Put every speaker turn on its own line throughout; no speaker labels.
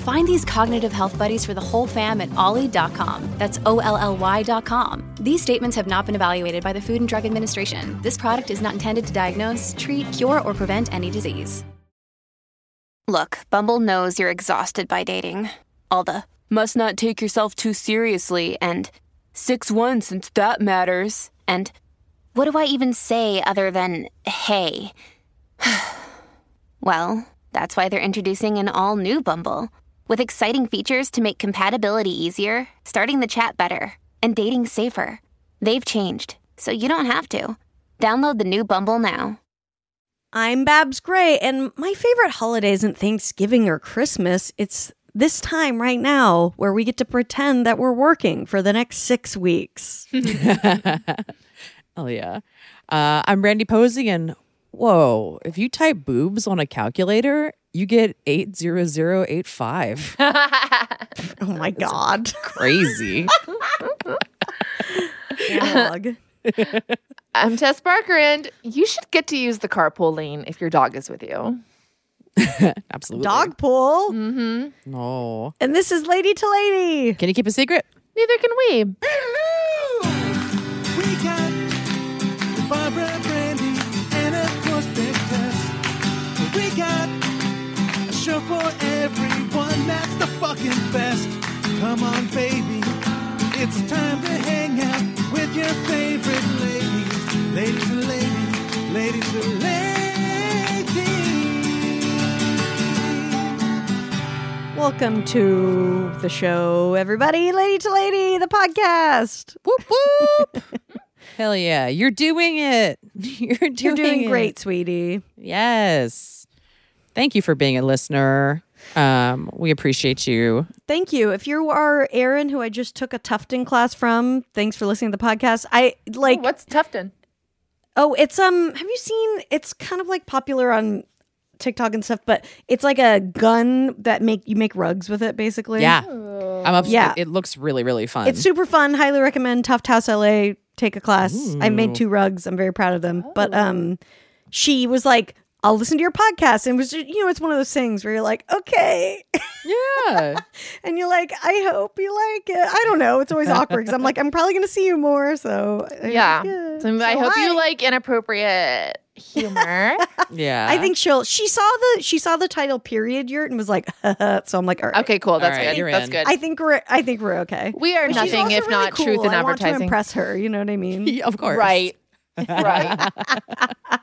Find these cognitive health buddies for the whole fam at ollie.com. That's O L L Y.com. These statements have not been evaluated by the Food and Drug Administration. This product is not intended to diagnose, treat, cure, or prevent any disease.
Look, Bumble knows you're exhausted by dating. All the must not take yourself too seriously and 6 1 since that matters. And what do I even say other than hey? well, that's why they're introducing an all new Bumble with exciting features to make compatibility easier, starting the chat better, and dating safer. They've changed, so you don't have to. Download the new Bumble now.
I'm Babs Gray, and my favorite holiday isn't Thanksgiving or Christmas. It's this time right now where we get to pretend that we're working for the next six weeks.
Hell yeah. Uh, I'm Randy Posey, and whoa, if you type boobs on a calculator, you get 80085.
Oh my God.
Crazy.
Dog.
I'm Tess Barker, and you should get to use the carpool lane if your dog is with you.
Absolutely.
Dog pool.
Mm-hmm. No.
And this is Lady to Lady.
Can you keep a secret?
Neither can we.
We got Barbara Brandy and of course Big Tess. We got a show for everyone that's the fucking best. Come on, baby. It's time to hang out with your favorite ladies. Ladies and ladies, ladies and ladies.
Welcome to the show, everybody. Lady to Lady, the podcast.
Whoop, whoop. Hell yeah. You're doing it. You're doing,
You're doing
it.
great, sweetie.
Yes. Thank you for being a listener. Um, we appreciate you.
Thank you. If you are Aaron, who I just took a Tufton class from, thanks for listening to the podcast. I like.
What's Tufton?
Oh, it's um. Have you seen? It's kind of like popular on TikTok and stuff, but it's like a gun that make you make rugs with it, basically.
Yeah. I'm up.
Yeah.
It looks really, really fun.
it's super fun. Highly recommend Tuft House LA. Take a class. I made two rugs. I'm very proud of them. But um,
Oh.
she was like, "I'll listen to your podcast," and it was ju- you know, it's one of those things where you're like, "Okay,"
yeah.
and you're like, "I hope you like it." I don't know. It's always awkward because I'm like, I'm probably gonna see you more, so I-
Yeah.
good.
So Mm, I
So
hope
hi.
you like inappropriate humor.
yeah.
I think she'll. She saw the she saw the title period yurt and was like, so I'm like, all right.
okay, cool. That's
right,
good.
you're
That's
in.
good.
I think we're I think we're okay.
we are
But she's
nothing
also
if
really
not
cool.
truth in
I want to
advertising.
impress her. You know what I mean?
Yeah, of course.
Right. right.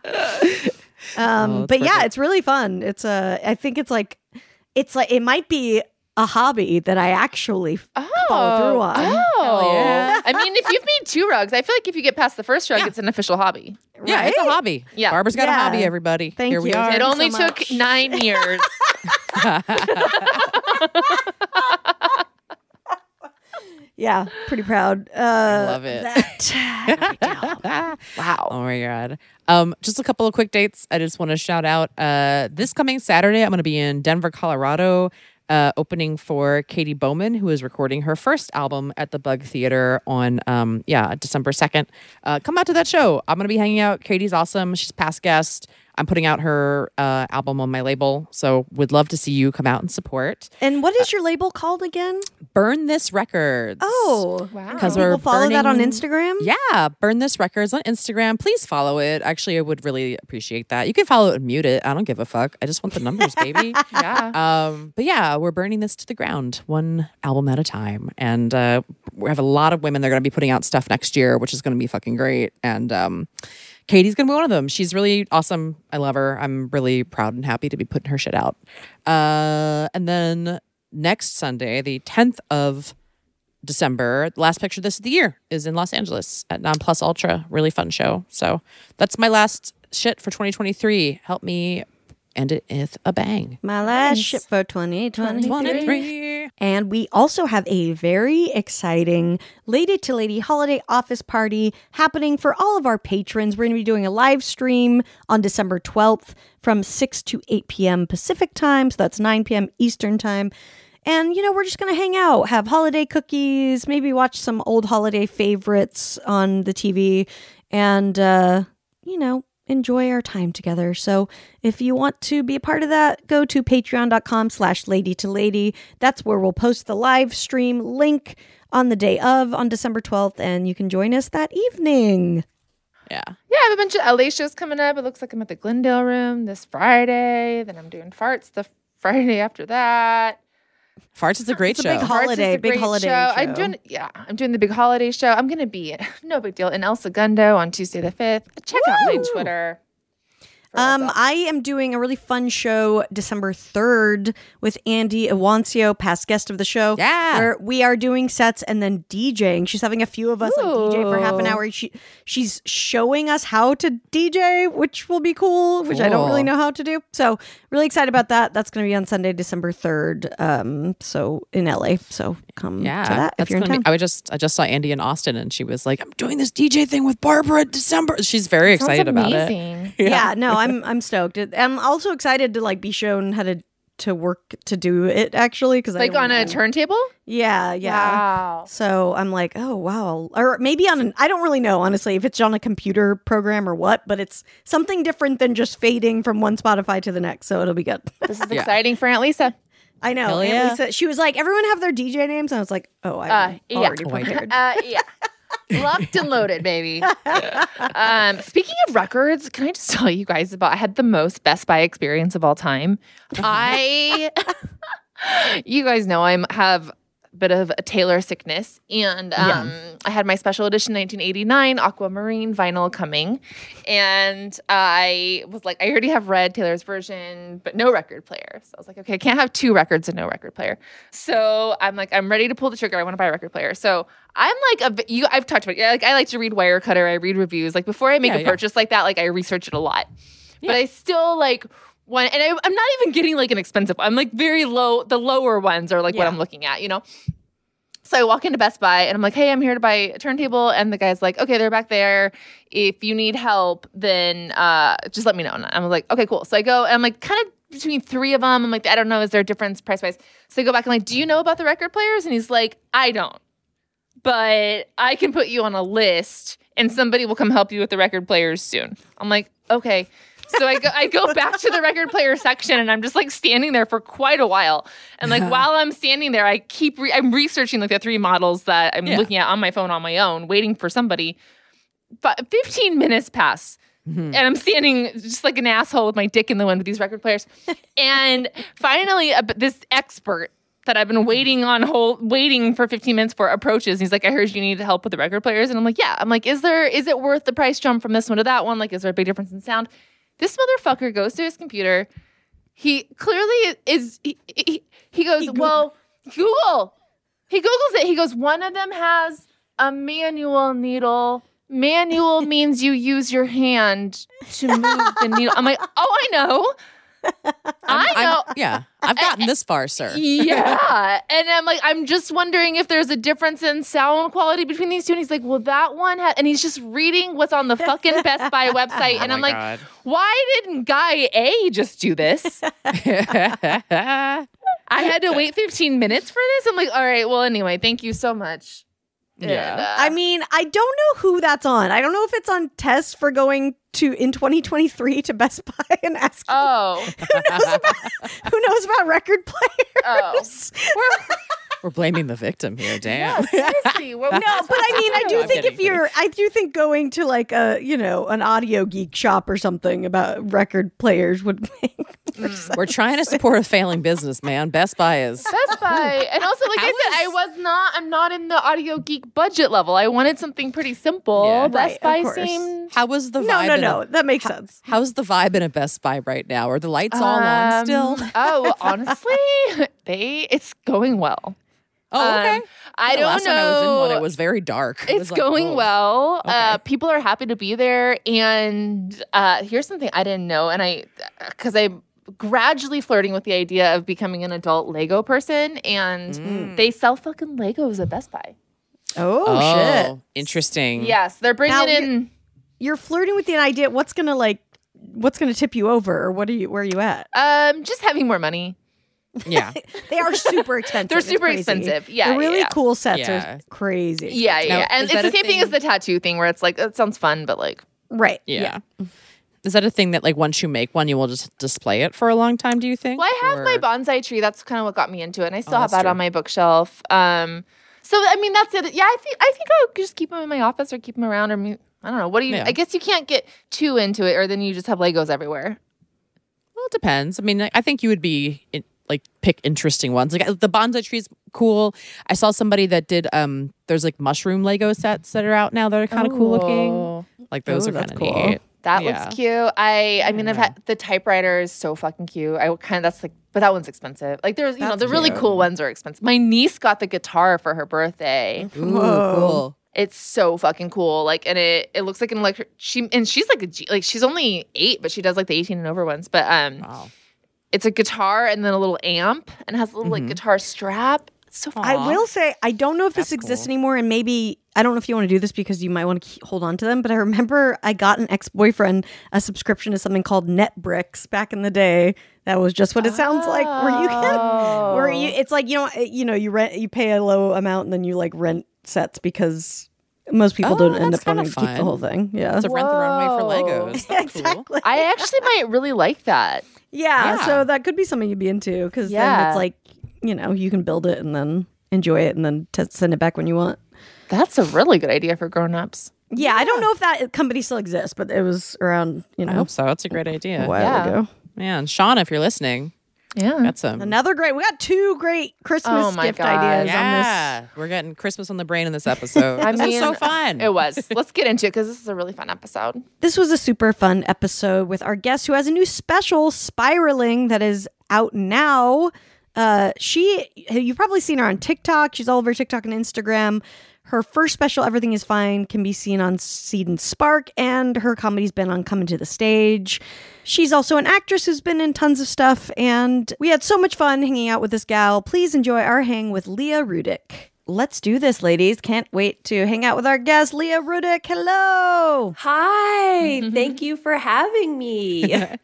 Oh,
Um,
that's
but yeah,
perfect.
it's really fun. It's a. I think it's like, it's like it might be a hobby that I actually
Oh.
follow through on.
Oh.
yeah.
I mean, if you've made two rugs, I feel like if you get past the first rug, it's an official hobby.
Yeah, it's a
right?
hobby.
Yeah.
Barbara's got
Yeah.
a hobby, everybody.
Thank
Here we
you.
are.
Thank
It
you
only
so
took
much.
nine years.
Yeah, pretty proud. Uh, I
love it.
That. uh, I know.
wow.
Oh my god. Um, just a couple of quick dates. I just want to shout out. Uh, this coming Saturday, I'm going to be in Denver, Colorado, uh, opening for Katie Bowman, who is recording her first album at the Bug Theater on, um, yeah, December second. Uh, come out to that show. I'm going to be hanging out. Katie's awesome. She's past guest. I'm putting out her uh, album on my label, so would love to see you come out and support.
and what is your label called again?
Burn this records.
Oh,
Wow.
and can
'Cause we're
people follow that on
burning-
Instagram.
Yeah, burn this records on Instagram. Please follow it. Actually, I would really appreciate that. You can follow it and mute it. I don't give a fuck. I just want the numbers, baby.
Yeah.
Um, but yeah, we're burning this to the ground, one album at a time, and uh, we have a lot of women. They're going to be putting out stuff next year, which is going to be fucking great. And um, Katie's going to be one of them. She's really awesome. I love her. I'm really proud and happy to be putting her shit out. Uh, and then next Sunday, the 10th of December, the last picture this of the year is in Los Angeles at Non Plus Ultra. Really fun show. So that's my last shit for 2023. Help me end it with a bang.
My last ship for 2020.
23.
And we also have a very exciting Lady to Lady holiday office party happening for all of our patrons. We're going to be doing a live stream on December 12th from 6 to 8 p.m. Pacific time. So that's 9 p.m. Eastern time. And, you know, we're just going to hang out, have holiday cookies, maybe watch some old holiday favorites on the TV, and, uh, you know, enjoy our time together. So if you want to be a part of that, go to patreon.com slash lady to lady. That's where we'll post the live stream link on the day of on December 12th, and you can join us that evening.
Yeah.
Yeah, I have a bunch of LA shows coming up. It looks like I'm at the Glendale Room this Friday. Then I'm doing farts the Friday after that.
Farts is a great
It's a
show.
big ho- holiday,
Farts is a
big
great
holiday show.
I'm doing yeah, I'm doing the big holiday show. I'm gonna be no big deal in El Segundo on Tuesday the fifth. Check out my Twitter. for what's
Um,
up.
I am doing a really fun show December 3rd with Andy Iwancio, past guest of the show.
Yeah.
Where we are doing sets and then DJing. She's having a few of us like DJ for half an
Ooh.
hour. She she's showing us how to DJ, which will be cool, which I don't really
Cool.
know how to do. So really excited about that. That's gonna be on Sunday, December 3rd. Um, so in LA. So come
yeah.
to that if
that's
you're in
gonna
town.
be- I was just I just saw Andy in Austin and she was like, I'm doing this DJ thing with Barbara in December. She's very
Sounds
excited about it.
amazing.
yeah. no i'm i'm stoked It- i'm also excited to like be shown how to to work to do it actually because
Like on a turntable?
yeah yeah
Wow.
so i'm like oh wow or maybe on an i don't really know honestly if it's on a computer program or what but it's something different than just fading from one spotify to the next so it'll be good
This is
Yeah.
exciting for Aunt Lisa.
i know
Hell
and
yeah.
Lisa, she was like everyone have their dj names and i was like oh i
Uh,
am
yeah.
already
Oh, I did.
prepared
Uh, yeah. Locked and loaded, baby. um, speaking of records, can I just tell you guys about? I had the most Best Buy experience of all time. I, you guys know, I'm have a bit of a Taylor sickness, and um, I had my special edition 1989 Aquamarine vinyl coming, and I was like, I already have read Taylor's version, but no record player. So I was like, okay, I can't have two records and no record player. So I'm like, I'm ready to pull the trigger. I want to buy a record player. So I'm like a v- you. I've talked about it. Yeah, Like I like to read Wirecutter. I read reviews. Like before I make
Yeah,
a
yeah.
purchase like that, like I research it a lot. But I still like one, and I, I'm not even getting like an expensive. I'm like very low. The lower ones are like what
Yeah.
I'm looking at. You know. So I walk into Best Buy and I'm like, hey, I'm here to buy a turntable. And the guy's like, okay, they're back there. If you need help, then uh, just let me know. And I'm like, okay, cool. So I go and I'm like, kind of between three of them. I'm like, I don't know, is there a difference price wise? So I go back and I'm like, do you know about the record players? And he's like, I don't, but I can put you on a list and somebody will come help you with the record players soon. I'm like, okay. So I go, I go back to the record player section and I'm just like standing there for quite a while. And like while I'm standing there, I keep re- I'm researching like the three models that I'm
Yeah.
looking at on my phone on my own, waiting for somebody. But 15 minutes pass. And I'm standing just like an asshole with my dick in the wind with these record players. and finally, a, this expert that I've been waiting on hold, waiting for 15 minutes for approaches. He's like, I heard you need help with the record players. And I'm like, yeah. I'm like, is there, is it worth the price jump from this one to that one? Like, is there a big difference in sound? This motherfucker goes to his computer. He clearly is, he, he, he goes, well, Google. He Googles it. He goes, one of them has a manual needle. Manual means you use your hand to move the needle. I'm like, oh, I know. I
I'm-
know.
yeah. I've gotten this far, sir.
Yeah. and I'm like, I'm just wondering if there's a difference in sound quality between these two. And he's like, well, that one ha-, and he's just reading what's on the fucking Best Buy
Oh
website. and I'm like, why didn't guy A just do this? I had to wait 15 minutes for this. I'm like, all right, well, anyway, thank you so much.
Yeah.
uh, I mean, I don't know who that's on. I don't know if it's on Tess for going to in 2023 to Best Buy and asking
oh,
who knows about record players.
oh.
We're blaming the victim here. Damn.
Seriously, we're-
No, but I mean, I do
I'm
think
kidding,
if you're, I do think going to like a, you know, an audio geek shop or something about record players would make. more sense.
We're trying to support a failing business, man. Best Buy is.
Best Buy. And also, like I, said, I
was-
was not, I'm not in the audio geek budget level. I wanted something pretty simple.
Yeah.
Best
Right, of
Buy
course.
seemed.
How was the vibe?
No, no,
in a-
no, that makes sense.
how's the vibe in a Best Buy right now? Are the lights all on
um,
still?
oh, honestly, they it's going well.
Oh, okay.
Um, I
The
don't
last
know.
time I was in one, it was very dark. It
it's
was like, oh.
going
whoa.
well. Uh,
Okay.
people are happy to be there. And uh, here's something I didn't know, and I because I gradually flirting with the idea of becoming an adult Lego person, and
Mm.
they sell fucking Legos at Best Buy.
Oh, shit.
interesting.
Yes, they're bringing
Mm-hmm. Now you're-
in.
You're flirting with the idea. What's gonna like? What's gonna tip you over? Or what are you? Where are you at?
Um, just having more money.
Yeah.
They are super expensive.
They're
It's
super
crazy.
expensive. Yeah,
the really
yeah, yeah.
cool sets
Yeah.
are crazy.
Yeah, yeah,
Now,
yeah. and
is
it's
that
the
a
same thing as the tattoo thing, where it's like it sounds fun, but like
right.
Yeah. Is that a thing that like once you make one, you will just display it for a long time? Do you think?
Well, I have my
Or-
bonsai tree. That's kind of what got me into it. And I still
Oh,
have
that's
that on
true.
my bookshelf. Um, so I mean, that's it. Yeah, I think I think I'll just keep them in my office or keep them around or mu- I don't know. What do you?
Yeah.
I guess you can't get too into it, or then you just have Legos everywhere.
Well, it depends. I mean, I- I think you would be in, like pick interesting ones. Like the bonsai tree's cool. I saw somebody that did um. There's like mushroom Lego sets that are out now that are kind of cool looking.
Oh,
Like those
Oh,
are
that's
kind of
cool.
neat.
That
Yeah.
looks cute. I I mean, I've had the typewriter is so fucking cute. I kind of that's like, but that one's expensive. Like there's you know
That's
the really
cute.
cool ones are expensive. My niece got the guitar for her birthday.
Ooh,
Whoa.
cool.
It's so fucking cool. Like, and it it looks like an electric. She and she's like a G, like she's only eight, but she does like the eighteen and over ones. But um,
Wow.
it's a guitar and then a little amp and has a little like guitar strap. It's so fun.
Mm-hmm. I will say I don't know if this
That's
exists
cool.
anymore, and maybe I don't know if you want to do this because you might want to keep, hold on to them. But I remember I got an ex boyfriend a subscription to something called NetBricks back in the day. That was just what it sounds like, where you can, where
Oh.
you it's like you know eh, you know you rent you pay a low amount and then you like rent sets because most people
Oh,
don't end
that's
up wanting
kinda
to keep the
fun.
whole thing. Yeah,
It's a rent the runway for
Whoa.
Legos. That's cool.
exactly.
I actually might really like that.
Yeah,
Yeah.
so that could be something you'd be into because then
Yeah.
it's like you know you can build it and then enjoy it and then t- send it back when you want.
That's a really good idea for grown-ups.
Yeah, I don't know if that company still exists, but it was around you
I
know
hope Oh, so. That's a great idea.
a while
Yeah.
ago.
Man, Sean, if you're listening,
Yeah.
that's a
Another great. We got two great Christmas
Oh my
gift
God.
ideas on
yeah. We're getting Christmas on the brain in this episode.
I
this was so
mean,
fun.
It was. Let's get into it because this is a really fun episode.
this. This was a super fun episode with our guest who has a new special, Spiraling, that is out now. Uh, she, you've probably seen her on TikTok. She's all over TikTok and Instagram. Her first special, Everything Is Fine, can be seen on Seed and Spark, and her comedy's been on Coming to the Stage. She's also an actress who's been in tons of stuff, and we had so much fun hanging out with this gal. Please enjoy our hang with Leah Rudick. Let's do this, ladies. Can't wait to hang out with our guest, Leah Rudick. Hello.
Oh, Hi,
Mm-hmm.
thank you for having me.
You're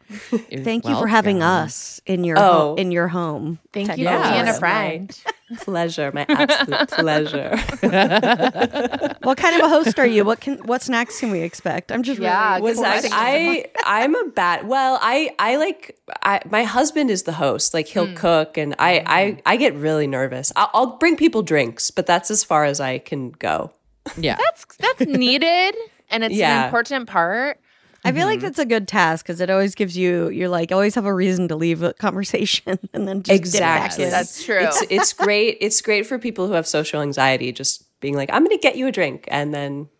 Thank you for having
welcome.
us in your
Oh.
ho- in your home.
Thank you
Yeah.
for being a
Yes.
friend.
pleasure, my absolute pleasure.
What kind of a host are you? What can what snacks can we expect? I'm just
Yeah,
really
good
Was that,
question.
I I'm a bad. Well, I I like I, my husband is the host. Like
Hmm.
he'll cook, and I I I get really nervous. I'll, I'll bring people drinks, but that's as far as I can go.
Yeah.
That's that's needed and it's an
Yeah.
important part.
I feel
Mm-hmm.
like that's a good task because it always gives you you're like always have a reason to leave a conversation and then just
Exactly.
dip back in.
That's true.
It's it's great. It's great for people who have social anxiety. Just being like, I'm going to get you a drink, and then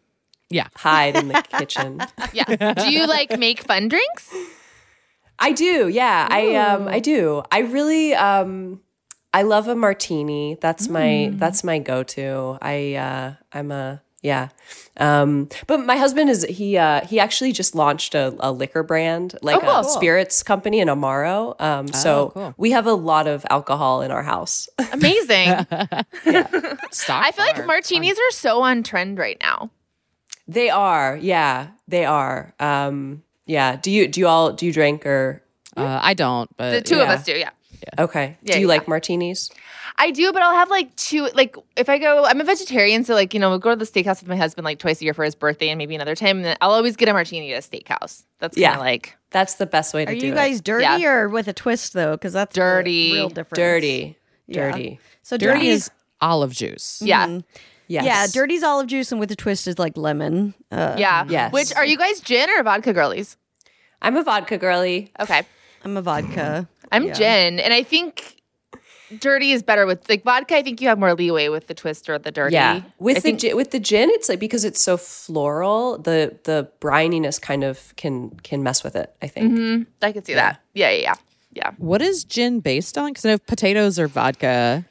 Yeah.
hide in the kitchen.
yeah. Do you like make fun drinks?
I do. Yeah, I um I do. I really um I love a martini. That's my that's my go-to. I uh I'm a yeah. Um but my husband is he uh he actually just launched a, a liquor brand, like a spirits company in Amaro. Um so
cool.
we have a lot of alcohol in our house.
Amazing.
Stock
I feel like
bar.
martinis are so on trend right now.
they are. Yeah, they are. Um yeah, do you do you all do you drink or
Uh, I don't, but
The two of
yeah.
us do, yeah.
okay.
Yeah,
do you
yeah.
like martinis?
I do, but I'll have like two. Like if I go, I'm a vegetarian, so like you know, we'll go to the steakhouse with my husband like twice a year for his birthday and maybe another time. And then I'll always get a martini at a steakhouse. That's kind of
Yeah.
like
That's the best way to
Are
do
you
it.
guys dirty
Yeah.
or with a twist though? Because that's the
Dirty.
real difference.
dirty.
Yeah.
Dirty.
So dirty,
dirty
is Mm-hmm.
is olive juice.
yeah,
Yes.
yeah, dirty's olive juice and with a twist is like lemon. Uh,
yeah.
Yes.
Which are you guys gin or vodka girlies?
I'm a vodka girly.
Okay, Mm-hmm.
I'm a vodka.
I'm gin, and I think dirty is better with like vodka. I think you have more leeway with the twist or the dirty.
Yeah. With
I
the gin, with the gin, it's like because it's so floral, the the brininess kind of can can mess with it, I think.
Mhm. I can see that. Yeah, yeah, yeah. Yeah,
What is gin based on? Because I know potatoes are vodka.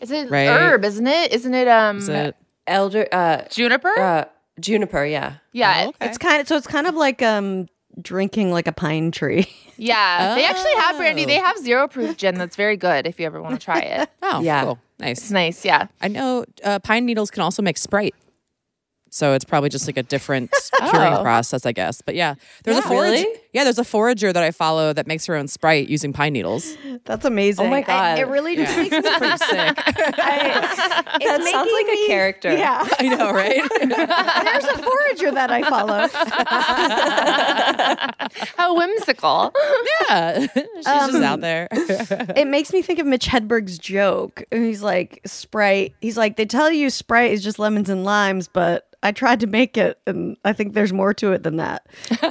it's an
Right.
herb, isn't it? Isn't it? Um,
Is it?
Elder uh
juniper.
uh juniper, yeah.
yeah,
okay.
It's kind of so it's kind of like um drinking like a pine tree.
Yeah, they actually have brandy.
Oh.
They have zero proof gin that's very good if you ever want to try it.
Oh,
Yeah.
cool.
It's
Nice.
nice. Yeah.
I know uh, pine needles can also make Sprite. So it's probably just like a different curing
Oh.
process, I guess. But yeah, there's a
Yeah,
forage.
really?
Yeah, there's a forager that I follow that makes her own Sprite using pine needles.
That's amazing.
Oh my
I-
God.
it really just makes me
Pretty sick.
I,
That
it's
sounds
making
like a
me-
character.
Yeah.
I know, right?
There's a forager that I follow.
How whimsical.
yeah, she's just out there.
Um, It makes me think of Mitch Hedberg's joke. And he's like, Sprite. He's like, they tell you Sprite is just lemons and limes, but I tried to make it, and I think there's more to it than that. That's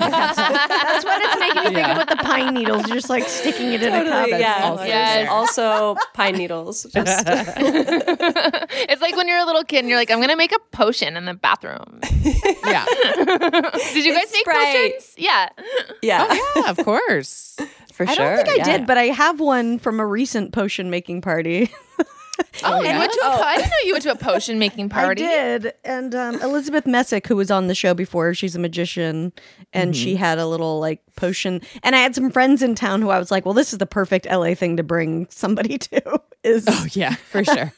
what it's making me think of with the pine needles. You're just like sticking it in a cup.
Totally, yeah.
also
Yes.
there.
Also, pine needles. Just
it's like when you're a little kid and you're like, I'm gonna make a potion in the bathroom.
yeah,
Did you guys
It's
make
Sprite.
potions? Yeah.
yeah,
Oh, yeah, of course.
for
I
sure.
don't think I
yeah.
did, but I have one from a recent potion making party.
Oh, you went to a po- I didn't know you went to a potion making party.
I did. And um, Elizabeth Messick, who was on the show before, she's a magician, and she had a little like potion. And I had some friends in town who I was like, "Well, this is the perfect LA thing to bring somebody to." Is
Yeah, for sure.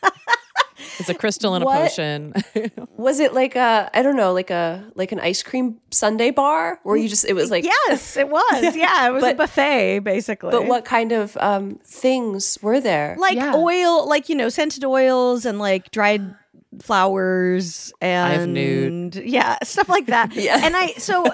it's a crystal and a
What?
potion.
Was it like a I don't know, like a like an ice cream sundae bar where you just it was like
yes, it was. Yeah, it was a
But-
buffet basically.
But what kind of um things were there?
Like
Yeah.
oil, like you know, scented oils and like dried flowers and
have nude.
yeah, stuff like that. And I so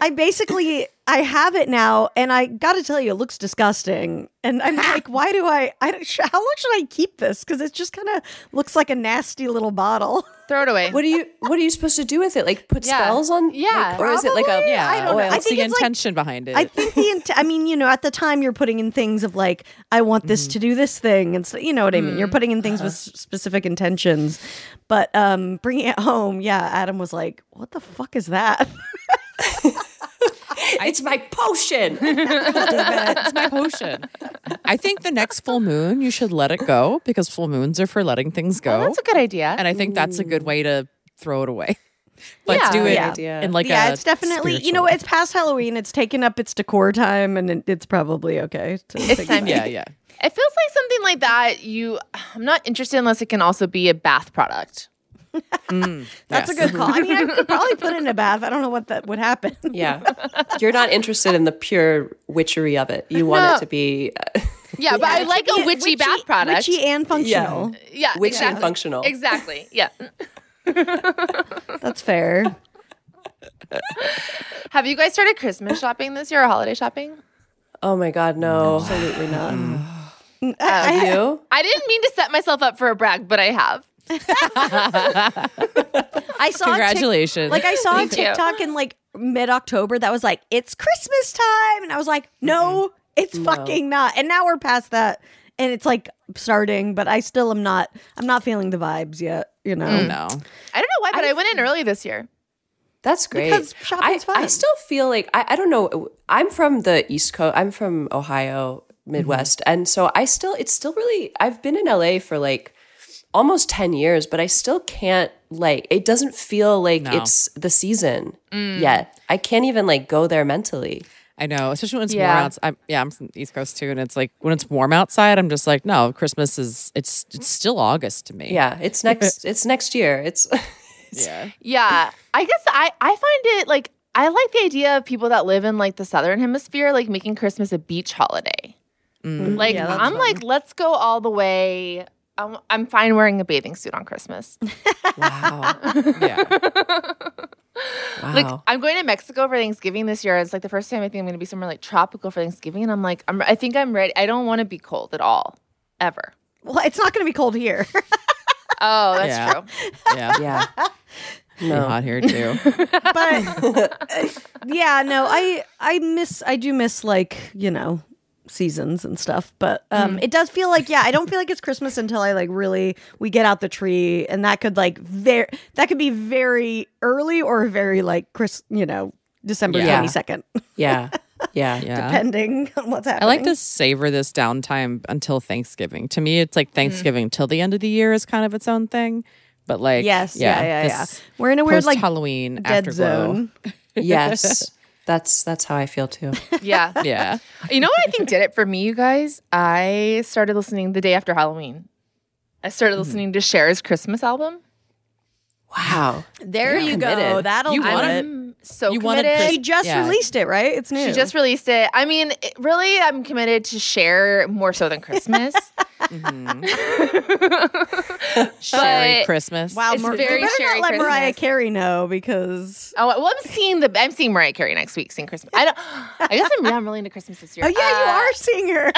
I basically I have it now, and I got to tell you, it looks disgusting. And I'm like, why do I? I don't, sh- how long should I keep this? Because it just kind of looks like a nasty little bottle.
Throw it away.
what are you what are you supposed to do with it? Like put
Yeah.
spells on
Yeah.
like, or is it like a
Probably?
yeah,
I don't know.
oil?
I
What's
think
the
it's like-
intention behind it?
I think the int- I mean, you know, at the time you're putting in things of like, I want
Mm-hmm.
this to do this thing, and so, you know what I mean. You're putting in things with
Uh-huh.
s- specific intentions, but um bringing it home, yeah. Adam was like, "What the fuck is that?"
it's my potion.
it's my potion. I think the next full moon you should let it go because full moons are for letting things go,
Oh, that's a good idea.
and I think that's
Mm.
a good way to throw it away. Let's
Yeah.
do it
Good idea.
in like
yeah,
a
it's definitely you know,
spiritual-
what, it's past Halloween. It's taken up its decor time, and it, it's probably okay. To take
time
it
to
back.
Yeah, yeah.
It feels like something like that. You, I'm not interested unless it can also be a bath product.
That's
Yes.
a good call. I mean, I could probably put it in a bath. I don't know what that would happen.
yeah. You're not interested in the pure witchery of it. You want
No.
it to be uh,
Yeah, but I like a
Yeah,
witchy, bath product.
witchy and functional.
yeah,
witchy
exactly.
and functional.
Exactly. Yeah.
That's fair.
Have you guys started Christmas shopping this year or holiday shopping?
Oh my god, no. Mm.
Absolutely not.
Have you?
I didn't mean to set myself up for a brag, but I have.
I saw a tick-
Congratulations.
Like I saw a
you.
TikTok in like mid October that was like, it's Christmas time. And I was like, no, it's fucking not. And now we're past that. And it's like starting, but I still am not I'm not feeling the vibes yet, you know.
Mm,
I
no.
don't know why, but I, went in early this year.
That's great.
Because shopping's
I, I
fun.
still feel like I, I don't know. I'm from the East Coast. I'm from Ohio, Midwest,
Mm-hmm.
and so I still it's still really. I've been in LA for like almost ten years, but I still can't like. It doesn't feel like
No. Mm.
it's the season yet. I can't even like go there mentally.
I know, especially when it's
Yeah.
warm outside. I'm, yeah, I'm from the East Coast too, and it's like when it's warm outside, I'm just like, no, Christmas is it's it's still August to me.
Yeah, it's next. it's next year. It's
yeah.
Yeah. I guess I, I find it like I like the idea of people that live in like the southern hemisphere, like making Christmas a beach holiday. Like
Yeah, that's
I'm
fun.
like, let's go all the way. I'm, I'm fine wearing a bathing suit on Christmas.
wow,
yeah.
wow.
Like I'm going to Mexico for Thanksgiving this year. It's like the first time I think I'm going to be somewhere like tropical for Thanksgiving, and I'm like, I'm, I think I'm ready. I don't want to be cold at all, ever.
Well, it's not gonna be cold here.
Oh, that's
Yeah.
true.
Yeah.
yeah,
Pretty
no.
hot here too.
but uh, yeah, no, I I miss I do miss like, you know, seasons and stuff, but um it does feel like yeah, I don't feel like it's Christmas until I like really we get out the tree and that could like very that could be very early or very like Chris, you know, December
Yeah.
22nd
yeah, yeah,
Yeah.
depending on what's happening.
I like to savor this downtime until Thanksgiving. To me, it's like
Mm.
Thanksgiving till the end of the year is kind of its own thing. But like,
Yes, yeah, yeah, yeah. We're in a weird like
Halloween
dead zone.
yes. That's that's how I feel too.
Yeah.
Yeah.
You know what I think did it for me, you guys? I started listening the day after Halloween. I
Mm-hmm.
started listening to Cher's Christmas album.
Wow.
There
You're
you go.
committed.
That'll
You
do
want
it.
I'm so
You wanted
committed.
She just
Yeah.
released it, right? It's new.
She just released it. I mean, it- really, I'm committed to share more so than Christmas.
Mm-hmm. Sherry Christmas.
wow.
It's
Mar-
very
you better
Sherry
not let Mariah
Christmas.
Carey know because
oh, well, I'm seeing the I'm seeing Mariah Carey next week. Seeing Christmas. I don't. I guess I'm, I'm really into Christmas this year.
oh yeah, you
Uh,
are seeing her.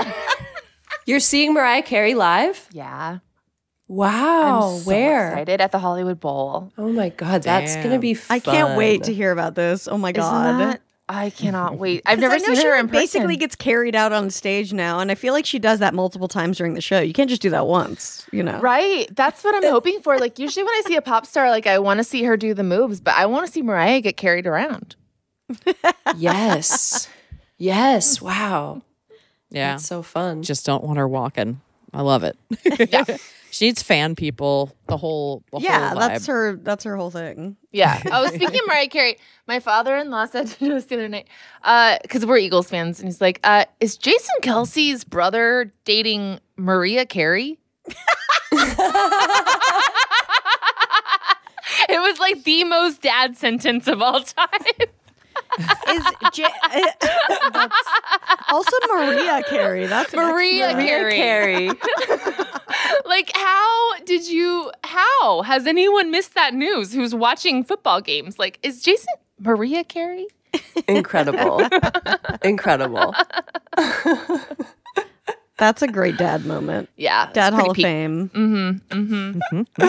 You're seeing Mariah Carey live?
Yeah.
Wow.
I'm
Oh,
so
Where?
Excited at the Hollywood Bowl.
Oh my god, that's gonna
Damn.
be. Fun.
I can't wait to hear about this. Oh my god.
Isn't that? I cannot wait. I've
'Cause
never
I know
seen
she
her
like,
in person.
basically gets carried out on stage now, and I feel like she does that multiple times during the show. You can't just do that once, you know.
Right. That's what I'm hoping for. Like usually when I see a pop star, like I want to see her do the moves, but I want to see Mariah get carried around.
Yes. yes. Wow.
Mm-hmm. Yeah.
That's so fun.
Just don't want her walking. I love it. she needs fan people. The whole. The
Yeah,
whole
that's
vibe.
her. That's her whole thing.
Yeah. Oh, speaking of Mariah Carey, my father-in-law said to us the other night, because Uh, we're Eagles fans, and he's like, uh, "Is Jason Kelsey's brother dating Maria Carey?" it was like the most dad sentence of all time.
Is J- that's also Maria Carey? That's
Maria, Carey.
Carey.
Like, how did you? How has anyone missed that news? Who's watching football games? Like, is Jason Maria Carey?
Incredible. Incredible.
That's a great dad moment.
Yeah,
Dad Hall of Fame. Mm-hmm.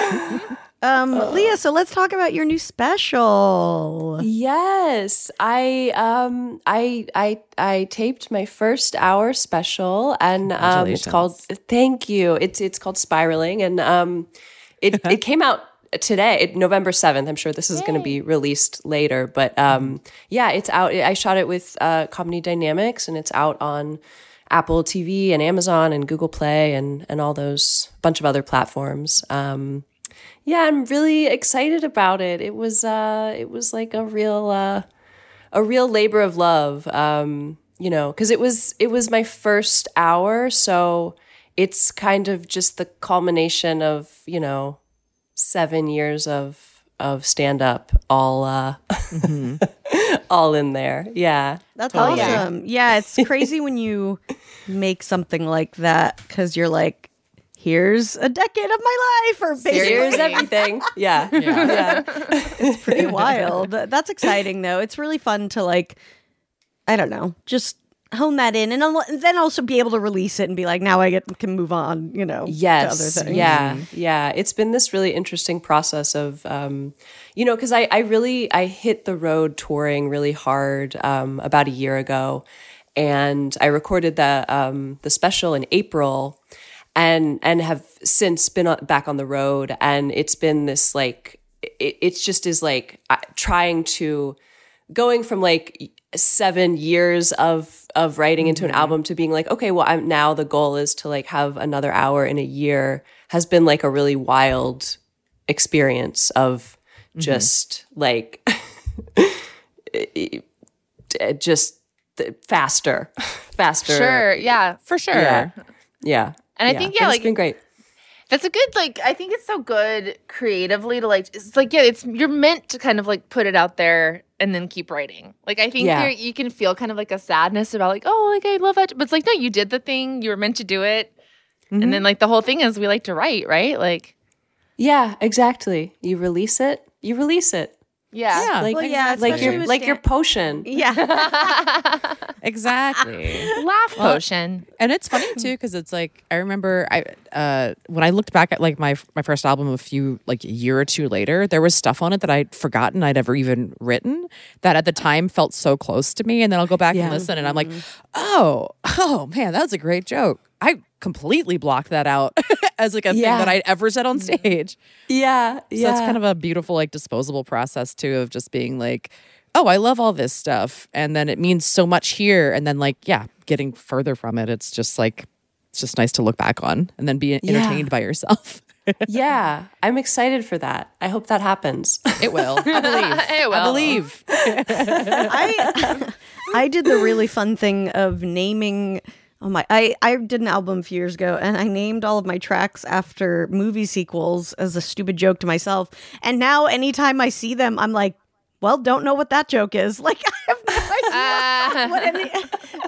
Mm-hmm. um, Leah, so let's talk about your new special.
Yes, I um I I I taped my first hour special and um it's called Thank you. It's it's called Spiraling and um it it came out today, it, November 7th. I'm sure this is going to be released later, but um yeah, it's out I shot it with uh Comedy Dynamics and it's out on Apple TV and Amazon and Google Play and and all those bunch of other platforms. Um yeah, I'm really excited about it. It was uh it was like a real uh a real labor of love. Um, you know, cuz it was it was my first hour, so it's kind of just the culmination of, you know, 7 years of of stand up all uh all in there. Oh, Yeah.
That's
Totally.
awesome. Yeah. it's crazy when you make something like that because you're like, here's a decade of my life, or
Here's
basically
everything. Yeah.
Yeah.
yeah.
pretty wild. That's exciting though. It's really fun to like, I don't know, just hone that in, and al- then also be able to release it and be like, now I get can move on. You know,
yes
to other things. Mm-hmm.
yeah yeah it's been this really interesting process of um, you know because I, I really i hit the road touring really hard um, about a year ago and i recorded the um, the special in april and and have since been on, back on the road and it's been this like it, it's just is like uh, trying to going from like seven years of of writing into
Mm-hmm.
an album to being like okay well i'm now the goal is to like have another hour in a year has been like a really wild experience of
Mm-hmm.
just like just th- faster faster
Sure. Yeah.
for sure.
yeah yeah
And I think, yeah,
But
like-
it's been great
That's a good like I think it's so good creatively to like it's like yeah it's you're meant to kind of like put it out there and then keep writing. Like I think
Yeah.
there you can feel kind of like a sadness about like oh like I love that but it's like no you did the thing you were meant to do it
Mm-hmm.
and then like the whole thing is we like to write right like
yeah exactly you release it you release it
yeah
Yeah.
like
Well, yeah,
like
especially
your
with
like your
stand-
potion
yeah.
Exactly.
laugh potion
And it's funny too because it's like I remember I uh, when I looked back at like my my first album a few like a year or two later, there was stuff on it that I'd forgotten I'd ever even written that at the time felt so close to me, and then I'll go back and listen, and I'm like, oh, oh man, that was a great joke. I completely blocked that out as like
Yeah.
a thing that I'd ever said on stage.
yeah
So
yeah
that's kind of a beautiful, like, disposable process too of just being like, oh, I love all this stuff. And then it means so much here. And then, like, yeah, getting further from it, it's just like, it's just nice to look back on and then be entertained by yourself.
yeah, I'm excited for that. I hope that happens.
It will. I believe.
It will.
I believe.
I I did the really fun thing of naming oh my I, I did an album a few years ago and I named all of my tracks after movie sequels as a stupid joke to myself. And now anytime I see them, I'm like, well, don't know what that joke is. Like I have no idea what any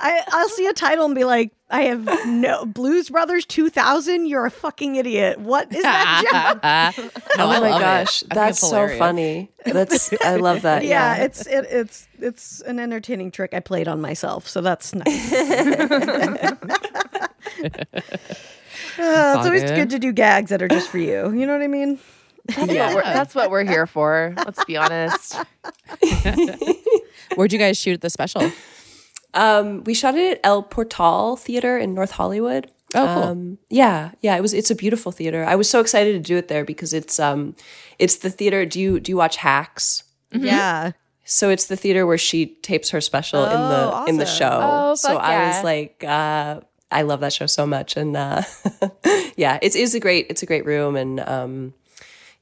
I, I'll see a title and be like, I have no Blues Brothers two thousand, you're a fucking idiot. What is that joke?
No,
oh my
I love it.
gosh,
I think
that's
it's
so
hilarious.
funny. That's I love that.
yeah,
Yeah,
it's it, it's it's an entertaining trick I played on myself, so that's nice. Uh, it's
all
always
good.
good to do gags that are just for you. You know what I mean?
That's, what we're, that's what we're here for. Let's be honest.
Where'd you guys shoot at the special? Oh,
Um, we shot it at El Portal Theater in North Hollywood.
Oh, cool.
Um, yeah, yeah, it was. It's a beautiful theater. I was so excited to do it there because it's um, it's the theater. Do you do you watch Hacks?
Mm-hmm. Yeah.
So it's the theater where she tapes her special in the
Oh,
in the
awesome.
show.
Oh,
so
fuck
I
yeah.
was like, uh, I love that show so much, and uh, yeah, it is a great it's a great room, and um,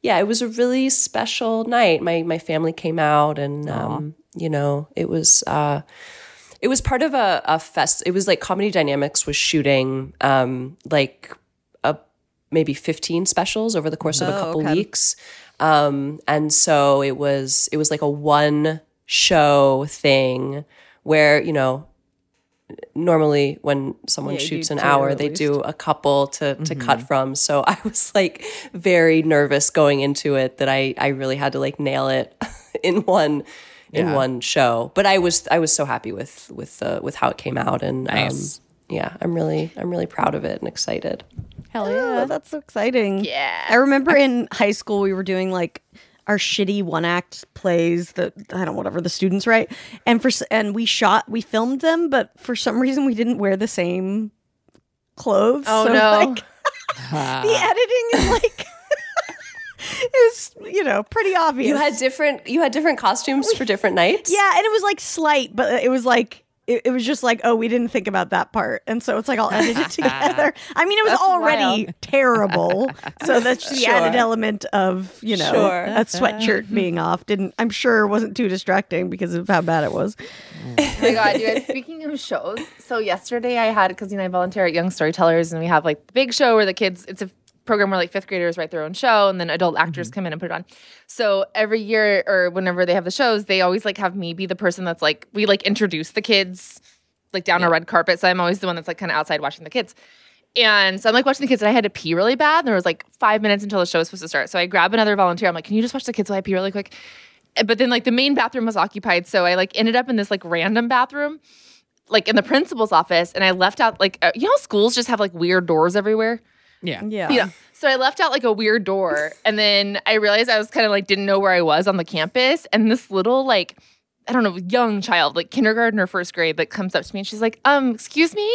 yeah, it was a really special night. My my family came out, and um, you know, it was. Uh, it was part of a, a fest. It was like Comedy Dynamics was shooting um, like a, maybe 15 specials over the course of
Oh,
a couple weeks. Um, and so it was it was like a one show thing where, you know, normally when someone
you
shoots
do
an
two
hour,
at
they do a couple to to cut from. So I was like very nervous going into it that I I really had to like nail it in one in one show. But I was I was so happy with with the with how it came out and
Nice.
um, yeah, I'm really I'm really proud of it and excited.
Hell yeah. Oh, that's so exciting. Yeah. I remember in high school we were doing like our shitty one act plays that I don't whatever the students write. And for s- and we shot we filmed them, but for some reason we didn't wear the same clothes.
Oh,
So,
no.
like,
Uh,
the editing is like is you know pretty obvious.
You had different you had different costumes for different nights.
yeah, and it was like slight, but it was like it, it was just like oh we didn't think about that part, and so it's like all edited together. I mean, it was already terrible, so that's the added element of you know
Sure.
a sweatshirt being off. Didn't I'm sure wasn't too distracting because of how bad it was.
Oh my god, you guys! Speaking of shows, so yesterday I had because you know I volunteer at Young Storytellers, and we have like the big show where the kids. It's a program where like fifth graders write their own show, and then adult actors come in and put it on. So every year or whenever they have the shows, they always like have me be the person that's like we like introduce the kids like down a red carpet. So I'm always the one that's like kind of outside watching the kids. And so I'm like watching the kids, and I had to pee really bad. And there was like five minutes until the show was supposed to start. So I grab another volunteer. I'm like, "Can you just watch the kids while I pee really quick?" Eh, but then like the main bathroom was occupied so i like ended up in this like random bathroom like in the principal's office and i left out like uh, you know how schools just have like weird doors everywhere
yeah.
Yeah,
yeah so i left out like a weird door and then i realized i was kind of like didn't know where i was on the campus and this little like i don't know young child like kindergarten or first grade like comes up to me and she's like um excuse me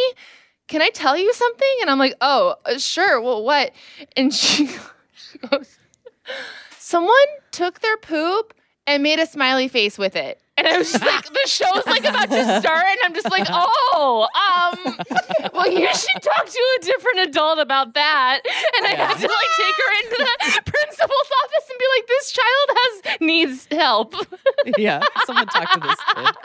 can i tell you something and i'm like oh uh, sure well what and she she goes someone took their poop and made a smiley face with it. And I was just like, the show's like about to start, and I'm just like, oh, um, well, you should talk to a different adult about that. And I had to like take her into the principal's office and be like, this child has needs help.
Yeah. Someone talk to this kid.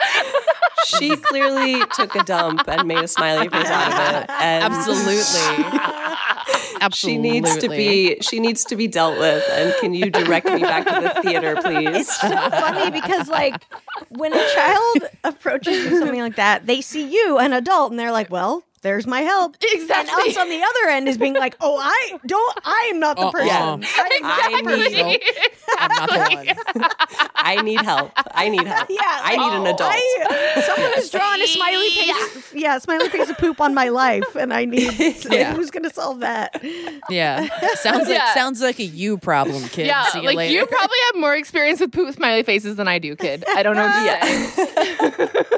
She clearly took a dump and made a smiley face out of it. And
Absolutely.
She
Absolutely.
needs to be she needs to be dealt with. And can you direct me back to the theater, please?
It's so funny because like when a child approaches you something like that, they see you, an adult, and they're like, "Well, there's my help."
Exactly.
And us on the other end is being like, "Oh, I don't. I am not the
Uh-uh.
person.
Yeah.
I need
Nope. I'm not the one.
I need help. I need help.
Yeah, Oh,
I need an adult.
I- someone has drawn a smiley face. Yeah, a smiley face of poop on my life, and I need.
Yeah.
Who's gonna solve that?
Yeah. Sounds like
Yeah.
sounds like a you problem, kid.
Yeah,
See you
like
later.
you probably have more experience with poop smiley faces than I do, kid. I don't know what to say.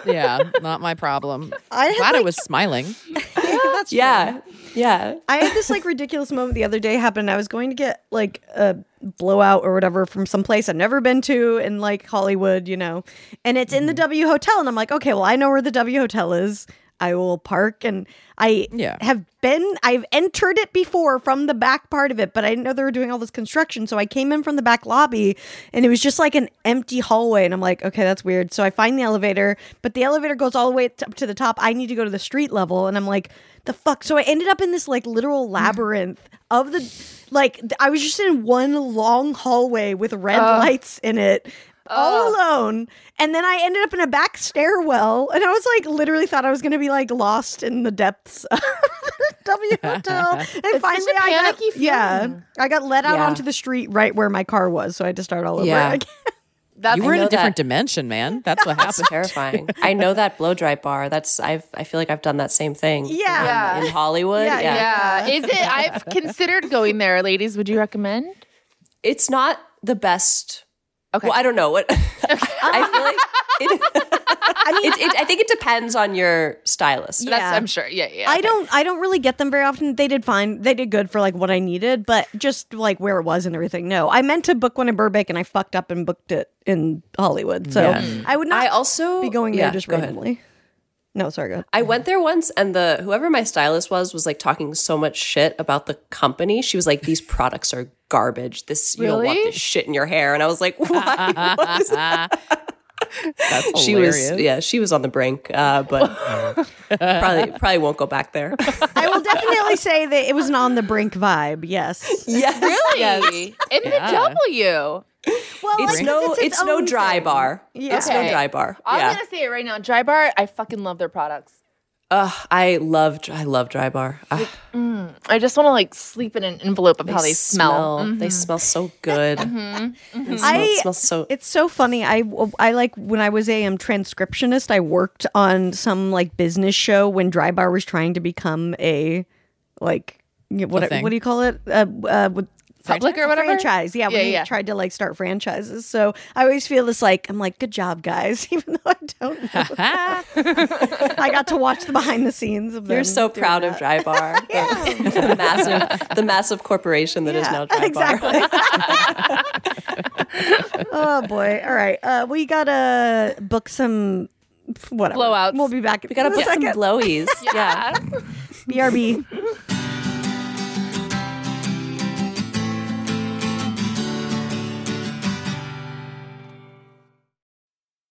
yeah. Not my problem.
I had,
Glad I
like-
was smiling.
That's
Yeah. Yeah.
I had this like ridiculous moment the other day happen. I was going to get like a blowout or whatever from some place I've never been to in
Mm-hmm.
like Hollywood, you know, and it's in the W Hotel. And I'm like, okay, well, I know where the W Hotel is. Iowa Park, and I
Yeah.
have been I've entered it before from the back part of it, but I didn't know they were doing all this construction, so I came in from the back lobby, and it was just like an empty hallway, and I'm like, okay, that's weird. So I find the elevator, but the elevator goes all the way t- up to the top. I need to go to the street level, and I'm like, the fuck. So I ended up in this like literal labyrinth of the like th- I was just in one long hallway with red lights in it. All alone, and then I ended up in a back stairwell, and I was like, literally thought I was going to be like lost in the depths of the W Hotel. And finally,
a
I got
panicky
yeah,
feeling.
I got let out
Yeah.
onto the street right where my car was, so I had to start all over
Yeah.
again.
That's
You were in
know
a different
that.
dimension, man. That's what
That's
happened.
terrifying. I know that blow dry bar. That's I've I feel like I've done that same thing.
Yeah.
Yeah.
In, in Hollywood.
Yeah,
yeah.
yeah. Is it? I've considered going there, ladies. Would you recommend?
It's not the best.
Okay.
Well, I don't know what. I feel like it,
I mean,
it, it. I think it depends on your stylist.
That's,
Yeah.
I'm sure. Yeah, yeah.
I don't, I don't really get them very often. They did fine. They did good for like what I needed, but just like where it was and everything. No, I meant to book one in Burbank, and I fucked up and booked it in Hollywood. So I would not
I also
be going there
yeah,
just
go ahead.
randomly. No, sorry, go ahead.
I went there once and the whoever my stylist was was like talking so much shit about the company. She was like, These products are garbage. This you don't
Really?
want this shit in your hair. And I was like, Why? What is
That's
she
hilarious.
was yeah, she was on the brink. Uh, but probably probably won't go back there.
I will definitely say that it was an on the brink vibe. Yes.
yes.
really.
Yes.
In
Yeah.
the W.
Well,
It's
like,
no it's, no
own
dry
thing.
bar.
Yeah.
It's no
Okay.
dry bar.
I'm
yeah.
gonna say it right now. Dry Bar. I fucking love their products.
Ugh, I love I love dry bar. Ugh,
Mm, I just want to like sleep in an envelope of how they smell. Mm. Mm-hmm.
They smell so good.
Mhm.
They smell,
I-
smell so
It's so funny. I I like when I was a um, transcriptionist. I worked on some like business show when Dry Bar was trying to become a like y- what
A thing.
what do you call it? Uh, uh, with
Public or whatever?
franchise. Yeah, when
Yeah,
they
yeah.
tried to like start franchises. So I always feel this like I'm like good job guys, even though I don't. Know. I got to watch the behind the scenes of them.
You're so
doing
proud
that.
of Drybar, the, the massive, the massive corporation that is
Yeah,
now Drybar.
Exactly. oh boy! All right, uh, we gotta book some whatever
Blowouts.
We'll be back.
We gotta
in a
put some
second.
blowies. yeah.
BRB.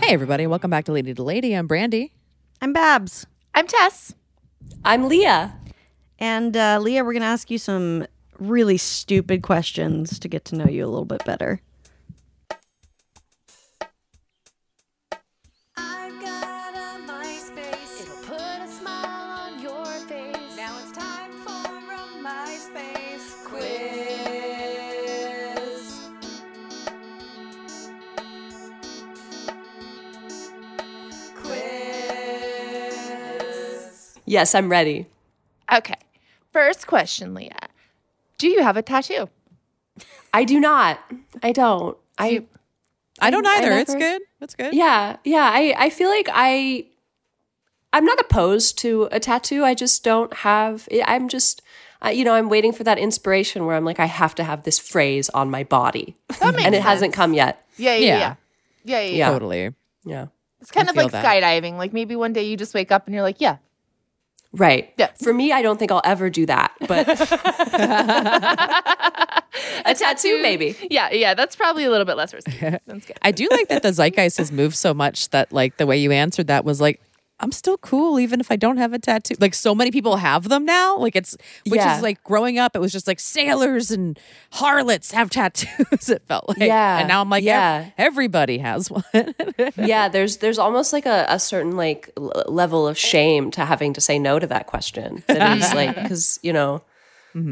Hey, everybody. Welcome back to Lady to Lady. I'm Brandy.
I'm Babs,
I'm Tess.
I'm Leah.
and uh, Leah. We're gonna ask you some really stupid questions to get to know you a little bit better.
I've got a MySpace. It'll put a smile on your face. Now it's time for a MySpace quiz. Quiz.
Yes, I'm ready.
Okay. First question, Leah. Do you have a tattoo?
I do not. I don't. I
I don't
I
either. it's
never-
good. It's good.
yeah yeah. I I feel like I I'm not opposed to a tattoo. I just don't have. I'm just. I, you know, I'm waiting for that inspiration where I'm like, I have to have this phrase on my body, and it hasn't come yet.
Yeah, yeah, yeah.
Yeah.
Yeah, yeah, yeah.
Yeah.
Totally.
Yeah.
It's kind
I
of like
feel that.
skydiving. Like maybe one day you just wake up and you're like, yeah.
Right.
Yeah.
For me, I don't think I'll ever do that, but a tattoo, maybe.
Yeah, yeah. That's probably a little bit less risky. That's good.
I do like that the zeitgeist has moved so much that like the way you answered that was like I'm still cool even if I don't have a tattoo. Like so many people have them now. Like it's which
Yeah.
is like growing up it was just like sailors and harlots have tattoos it felt like.
Yeah.
And now I'm like
Yeah.
yeah, everybody has one.
Yeah, there's there's almost like a, a certain like l- level of shame to having to say no to that question. That is like because you know,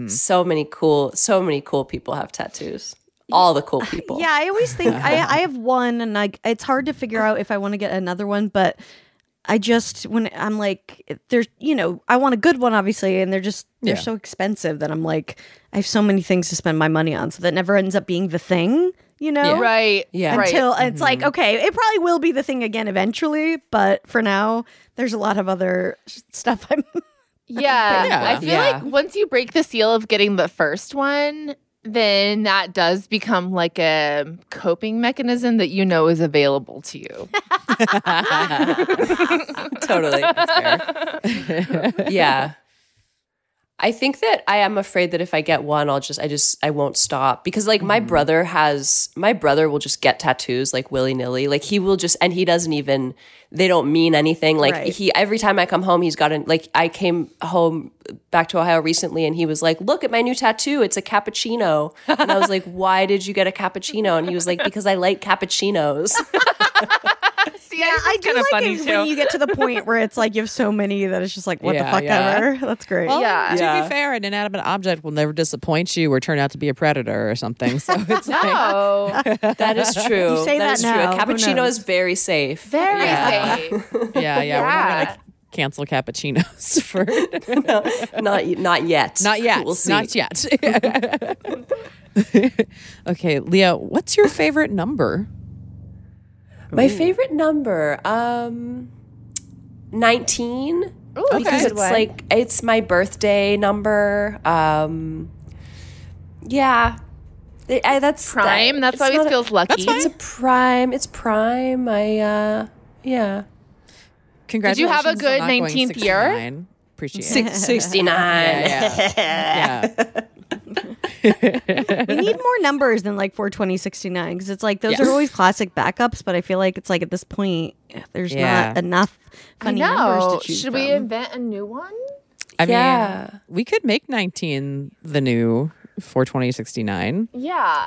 so many cool so many cool people have tattoos. all the cool people.
Yeah, I always think I, I have one, and like it's hard to figure out if I want to get another one, but I just when I'm like, there's you know, I want a good one, obviously, and they're just they're
Yeah.
so expensive that I'm like, I have so many things to spend my money on, so that never ends up being the thing, you know.
Right.
Yeah.
Right.
Until it's like, okay, it probably will be the thing again eventually, but for now, there's a lot of other s- stuff I'm.
Yeah.
Yeah.
I feel
Yeah.
like once you break the seal of getting the first one, then that does become like a coping mechanism that you know is available to you.
totally. That's fair. yeah. I think that I am afraid that if I get one, I'll just, I just, I won't stop because like my brother has, my brother will just get tattoos like willy nilly. Like he will just, and he doesn't even, they don't mean anything. Like
Right.
he, every time I come home, he's got an, like I came home back to Ohio recently and he was like, look at my new tattoo. It's a cappuccino. And I was like, why did you get a cappuccino? And he was like, because I like cappuccinos.
See, yeah, I
do
kind of
like
funny
it
too.
when you get to the point where it's like you have so many that it's just like, what the
Yeah,
fuck
yeah.
ever. That's great.
Well,
Yeah.
to
Yeah.
be fair, an inanimate object will never disappoint you or turn out to be a predator or something. So it's like,
oh,
That is true.
You say that
is
now, who
true. A cappuccino
knows?
is very safe.
very
Yeah.
safe.
yeah, yeah, we're
Yeah.
not gonna cancel cappuccinos for
not not yet.
not yet,
We'll see.
not yet. okay, Leah, what's your favorite number?
My favorite number, um, nineteen,
Ooh, okay.
because
Good
it's
one.
like it's my birthday number. Um, yeah, I- I- that's
prime. That's
it's
why
not
always
a-
feels lucky.
It's a prime. It's prime. I uh, yeah,
Congratulations!
you have a
on
good
not going
19th year?
69. Appreciate it.
sixty nine.
Yeah, yeah.
We need more numbers than like 42069 because it's like those
Yes.
are always classic backups, but I feel like it's like at this point there's
Yeah.
not enough
I
funny numbers
know.
to choose
Should
from.
we invent a new one?
I mean,
Yeah.
we could make 19 the new 42069.
Yeah. Uh,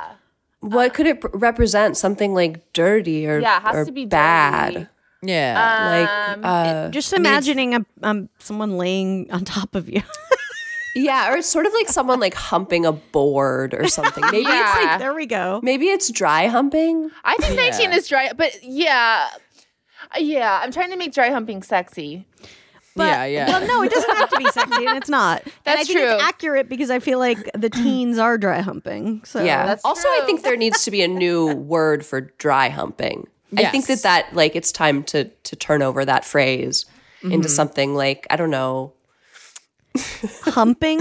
What could it represent? Something like dirty or
Yeah, it has
or
to be
bad.
dirty.
Yeah.
Like
Um,
uh,
Just imagining a, um, someone laying on top of you.
yeah, or it's sort of like someone like humping a board or something. Maybe it's like
Yeah.
there we go.
Maybe it's dry humping.
I think 19 is dry, but yeah. Yeah, I'm trying to make dry humping sexy.
But,
yeah, yeah.
Well, no, it doesn't have to be sexy, and it's not. and I
That's
think
true.
It's accurate because I feel like the teens are dry humping. So
that's
also, I
true.
think there needs to be a new word for dry humping. I think that
Yes.
that like it's time to to turn over that phrase into something like I don't know
humping,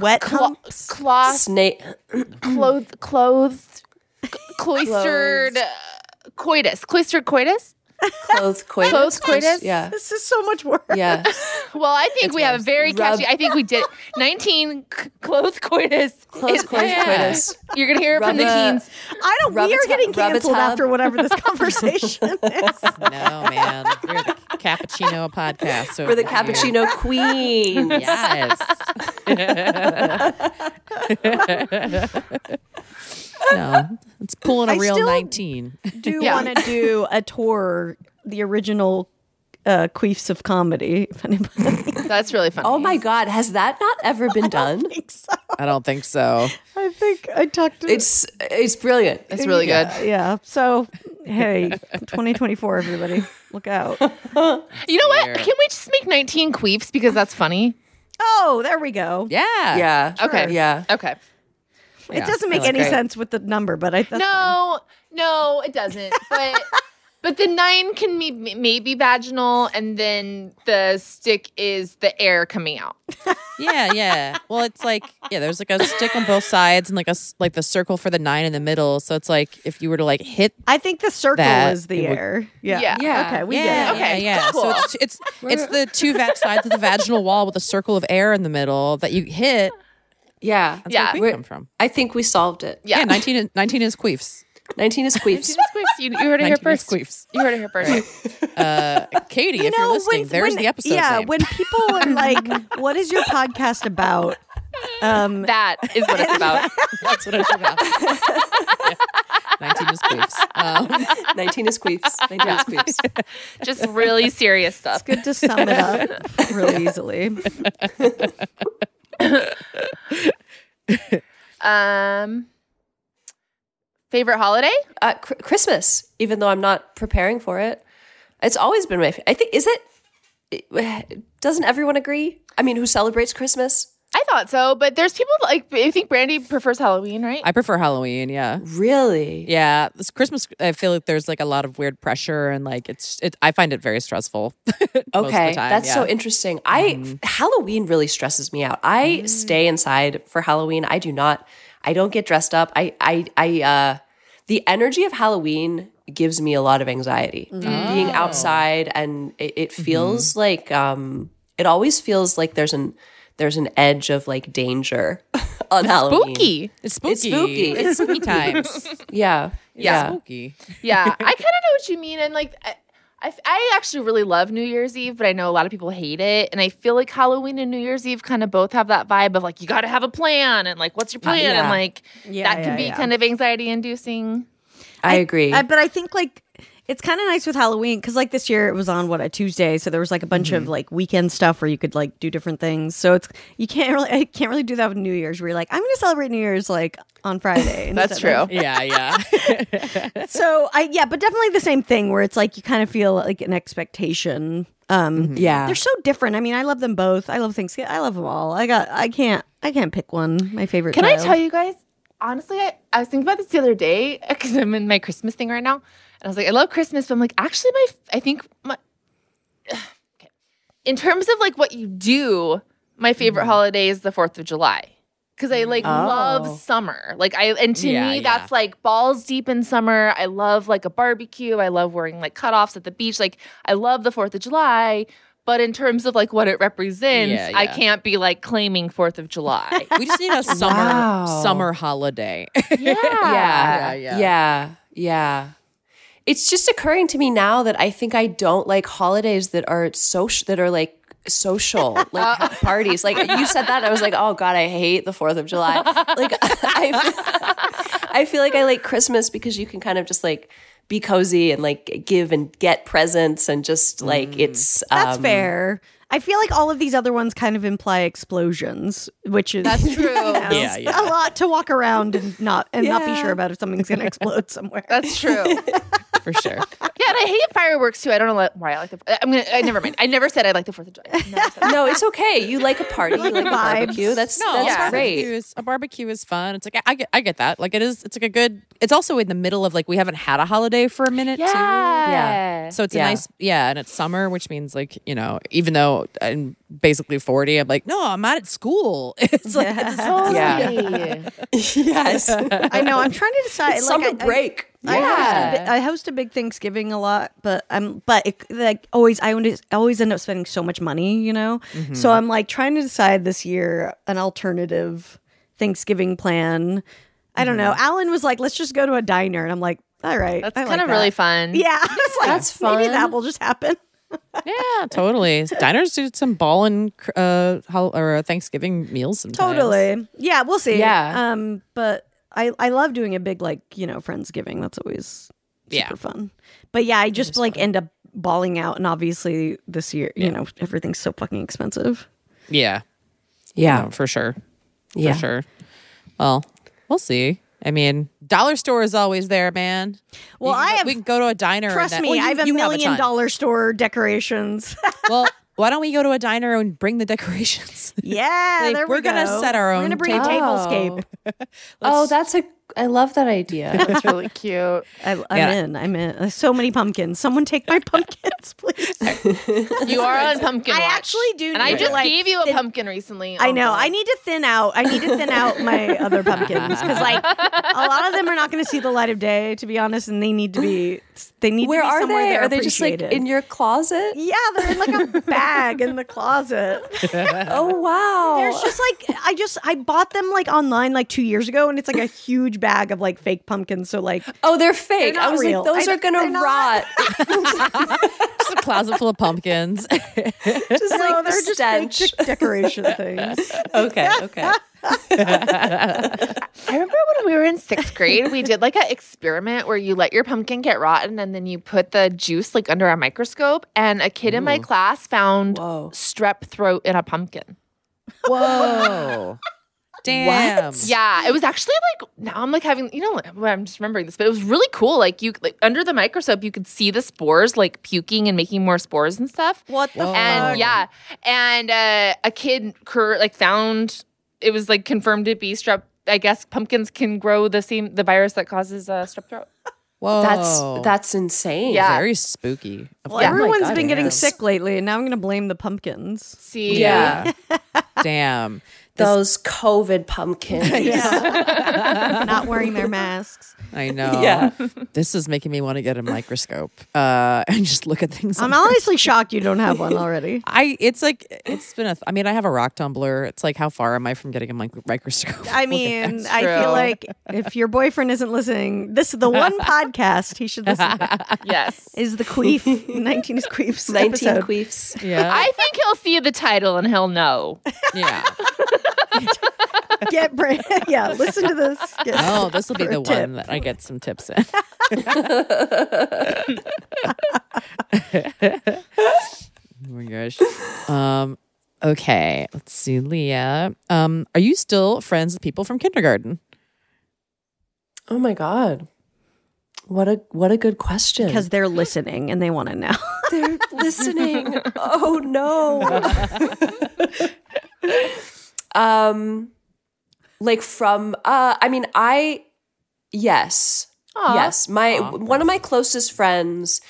wet
Clo-
humps.
cloth,
snake.
clothed, clothed, c- cloistered, uh, coitus, cloistered coitus.
Clothed coitus.
Clothed coitus?
Yeah.
This is so much work.
Yeah.
Well, I think we have a very
Rub-
catchy. I think we did 19 c- clothed coitus.
Clothed coitus. coitus.
You're gonna hear it from the
Rub a-
teens.
I don't.
Rub
we
a
are
tub-
getting
rub a
canceled
tub.
after whatever this conversation is.
no, man. You're the cappuccino podcast. So
We're the cappuccino queen.
Yes. no, it's pulling a
I
real
still
19.
do
Yeah.
want to do a tour, the original uh, Queefs of Comedy. If anybody
That's really funny.
Oh my god, has that not ever been done?
thinks so,
I don't think so.
I think I talked to.
It's it's brilliant.
That's really
yeah, yeah. So hey, 2024, everybody, look out!
good. You know what? Can we just make 19 queefs because that's funny?
Oh, there we go.
Yeah.
Yeah.
Okay.
Yeah.
Okay.
It doesn't make any
great.
sense with the number, but I that's
No, no, it doesn't. But but the nine can be maybe vaginal, and then the stick is the air coming out.
Yeah, yeah. Well, it's like yeah, there's like a stick on both sides and like a s- like the circle for the 9 in the middle. So it's like if you were to like hit
I think the circle
That
is the
it would-
air. Yeah.
Yeah.
Yeah.
Okay, we
yeah,
get it.
Okay,
yeah, yeah. So
cool.
it's it's it's the two va- sides of the vaginal wall with a circle of air in the middle that you hit.
Yeah.
That's
Yeah.
where queef
We're-
come from.
I think we solved it.
Yeah.
Yeah, 19, is- 19 is queefs.
19 is queefs.
Jesus Christ, you, you heard it here
19
first.
queefs.
You heard it here first.
Uh, Katie, if you're listening, there's the episode.
Yeah,
name.
when people are like, "What is your podcast about?" Um,
That is what it's about.
that's what it's about. yeah. 19 is queefs. Um,
19 is queefs. 19 is queefs.
Just really serious stuff.
good to sum it up really easily.
Um, Favorite holiday?
uh, cr- Christmas, even though I'm not preparing for it. It's always been my. fa- I think is it. it- Doesn't everyone agree? I mean, who celebrates Christmas?
I thought so, but there's people like I think Brandy prefers Halloween, right?
I prefer Halloween. Yeah.
Really?
Yeah, this Christmas. I feel like there's like a lot of weird pressure, and like it's. It, I find it very stressful. okay,
Okay, that's so interesting. I
Mm-hmm.
Halloween really stresses me out. I
Mm.
stay inside for Halloween. I do not. I don't get dressed up. I I I uh the energy of Halloween gives me a lot of anxiety.
Mm-hmm.
Being
Oh.
outside and it, it feels like um it always feels like there's an there's an edge of like danger on Halloween.
Spooky.
It's spooky.
It's spooky.
It's spooky times.
Yeah.
yeah.
Yeah.
Spooky.
yeah, I kind of know what you mean, and like, I, I, I actually really love New Year's Eve, but I know a lot of people hate it, and I feel like Halloween and New Year's Eve kind of both have that vibe of like you got to have a plan, and like what's your plan,
yeah.
and like
Uh, Yeah,
that
yeah,
can be
yeah.
kind of anxiety inducing.
I, agree.
I, but I think like it's kind of nice with Halloween because like this year it was on what a Tuesday, so there was like a bunch
Mm-hmm.
of like weekend stuff where you could like do different things. So it's you can't really I can't really do that with New Year's where you're like I'm going to celebrate New Year's like on Friday.
That's
instead of-
true.
Yeah, yeah.
So I yeah, but definitely the same thing where it's like you kind of feel like an expectation. Um,
Mm-hmm.
yeah.
they're so different. I mean, I love them both. I love Thanksgiving. I love them all. I got I can't I can't pick one. My favorite.
Can
child.
I tell you guys? Honestly, I, I was thinking about this the other day because I'm in my Christmas thing right now, and I was like, I love Christmas, but I'm like, actually, my f- I think my okay, in terms of like what you do, my favorite
Mm.
holiday is the Fourth of July because I like
Oh.
love summer. Like I and to
Yeah,
me
yeah.
that's like balls deep in summer. I love like a barbecue. I love wearing like cutoffs at the beach. Like I love the Fourth of July. But in terms of like what it represents,
Yeah,
I
yeah.
can't be like claiming Fourth of July.
We just need a summer
Wow.
summer holiday.
yeah,
Yeah,
yeah,
yeah.
yeah, It's just occurring to me now that I think I don't like holidays that are social, that are like social, like have parties. Like you said that, I was like, oh god, I hate the Fourth of July. Like I, feel, I feel like I like Christmas because you can kind of just like be cozy and like give and get presents and just like it's
Mm. That's
um,
fair. I feel like all of these other ones kind of imply explosions, which is that's
true.
Yeah, yeah.
a lot to walk around and not and not be
Yeah.
sure about if something's going to explode somewhere.
That's true. yeah, and
for sure.
I hate fireworks too. I don't know li- why I like the. I'm gonna. I never mind. I never said I like the Fourth of July. I never said that.
No, it's okay. You like a party, you like a
vibes.
barbecue. That's that's
yeah.
great.
Barbecue is, a barbecue is fun. It's like I, I get I get that. Like it is it's like a good it's also in the middle of like we haven't had a holiday for a minute too.
Yeah.
So it's
Yeah.
a nice, yeah, and it's summer, which means like you know, even though I'm basically forty, I'm like, no, I'm not at school. It's like it's a-
Totally.
yes,
I know. I'm trying to decide.
summer
like, I- I-
break.
I, host a
Yeah.
bi- I host a big Thanksgiving a lot, but I'm but it, like always I always- always end up spending so much money, you know.
Mm-hmm.
So I'm like trying to decide this year an alternative Thanksgiving plan. I don't
Mm-hmm.
know. Alan was like, "Let's just go to a diner," and I'm like, "All right,
That's
I like
kind of
that."
really fun.
Yeah, I was like,
That's
Maybe that
fun.
will just happen.
yeah, totally. Diners do some ball and uh, hol- or uh, Thanksgiving meals. Sometimes.
Totally. Yeah, we'll see.
Yeah.
Um, but I I love doing a big like you know friendsgiving. That's always super
Yeah.
fun. But yeah, I just like end up bawling out, and obviously this year you know everything's so fucking expensive.
Yeah,
Yeah,
no, for sure.
yeah.
For sure. Well, we'll see. I mean, dollar store is always there, man.
Well,
You can
I
go-
have-
we can go to a diner. and
Trust
that-
me,
well, you-
I have a
you
million
ton.
dollar store decorations.
Well, why don't we go to a diner and bring the decorations?
yeah,
Like,
there
we're
we
gonna
go.
set our
We're gonna
own
bring a
table.
tablescape.
Oh, that's a. I love that idea.
That's really cute.
I, I'm
Yeah.
in. I'm in. Uh, So many pumpkins. Someone take my pumpkins, please.
You are on pumpkin.
I
watch.
actually do
And I
need to,
just
like,
gave you a
thin-
pumpkin recently.
I know.
Uncle.
I need to thin out. I need to thin out my other pumpkins because, like, a lot of them are not going to see the light of day, to be honest, and they need to be. They need.
Where
to be
are
somewhere
they?
They're
Are they just like
appreciated.
in your closet?
Yeah, they're in like a bag in the closet.
Oh wow!
There's just like I just I bought them like online like two years ago, and it's like a huge bag of like fake pumpkins. So like
oh, they're fake.
They're
I
not
was
real.
like, those
I
are
don't- they're
gonna
not.
rot.
Just a closet full of pumpkins.
just
no,
like the
they're just fake
stench.
de- decoration things.
okay, okay.
I remember when we were in sixth grade, we did like an experiment where you let your pumpkin get rotten and then you put the juice like under a microscope. And a kid in my class found
Whoa.
strep throat in a pumpkin.
Whoa. Damn.
Yeah, it was actually like now I'm like having you know well, I'm just remembering this, but it was really cool. Like you like under the microscope, you could see the spores like puking and making more spores and stuff.
What the
And
fuck?
yeah, and uh, a kid cur- like found it was like confirmed to be strep. I guess pumpkins can grow the same the virus that causes uh, strep throat.
Whoa.
That's that's insane.
Yeah.
very spooky. Of
Well,
Yeah.
course.
everyone's
Oh my God,
been getting
yeah.
sick lately, and now I'm going to blame the pumpkins.
See,
Yeah.
Damn.
Those COVID pumpkins.
Not wearing their masks.
I know.
Yeah.
This is making me want to get a microscope uh, and just look at things.
I'm
on-
honestly shocked you don't have one already.
I it's like it's been a th- I mean I have a rock tumbler. It's like how far am I from getting a mic- microscope?
I mean, I
true.
feel like if your boyfriend isn't listening, this is the one podcast he should listen to.
yes.
Is the Queef 19's Queef's
19
episode.
queefs.
yeah.
I think he'll see the title and he'll know.
yeah.
Get brand- yeah, listen to this. Get-
Oh, this will be
for a
the
tip.
one that I get some tips in. oh my gosh. Um, okay, let's see, Leah. Um, are you still friends with people from kindergarten?
Oh my god. What a what a good question.
Because they're listening and they want to know.
they're listening. Oh no. um like from uh I mean I yes.
Aw.
Yes. My one of my closest friends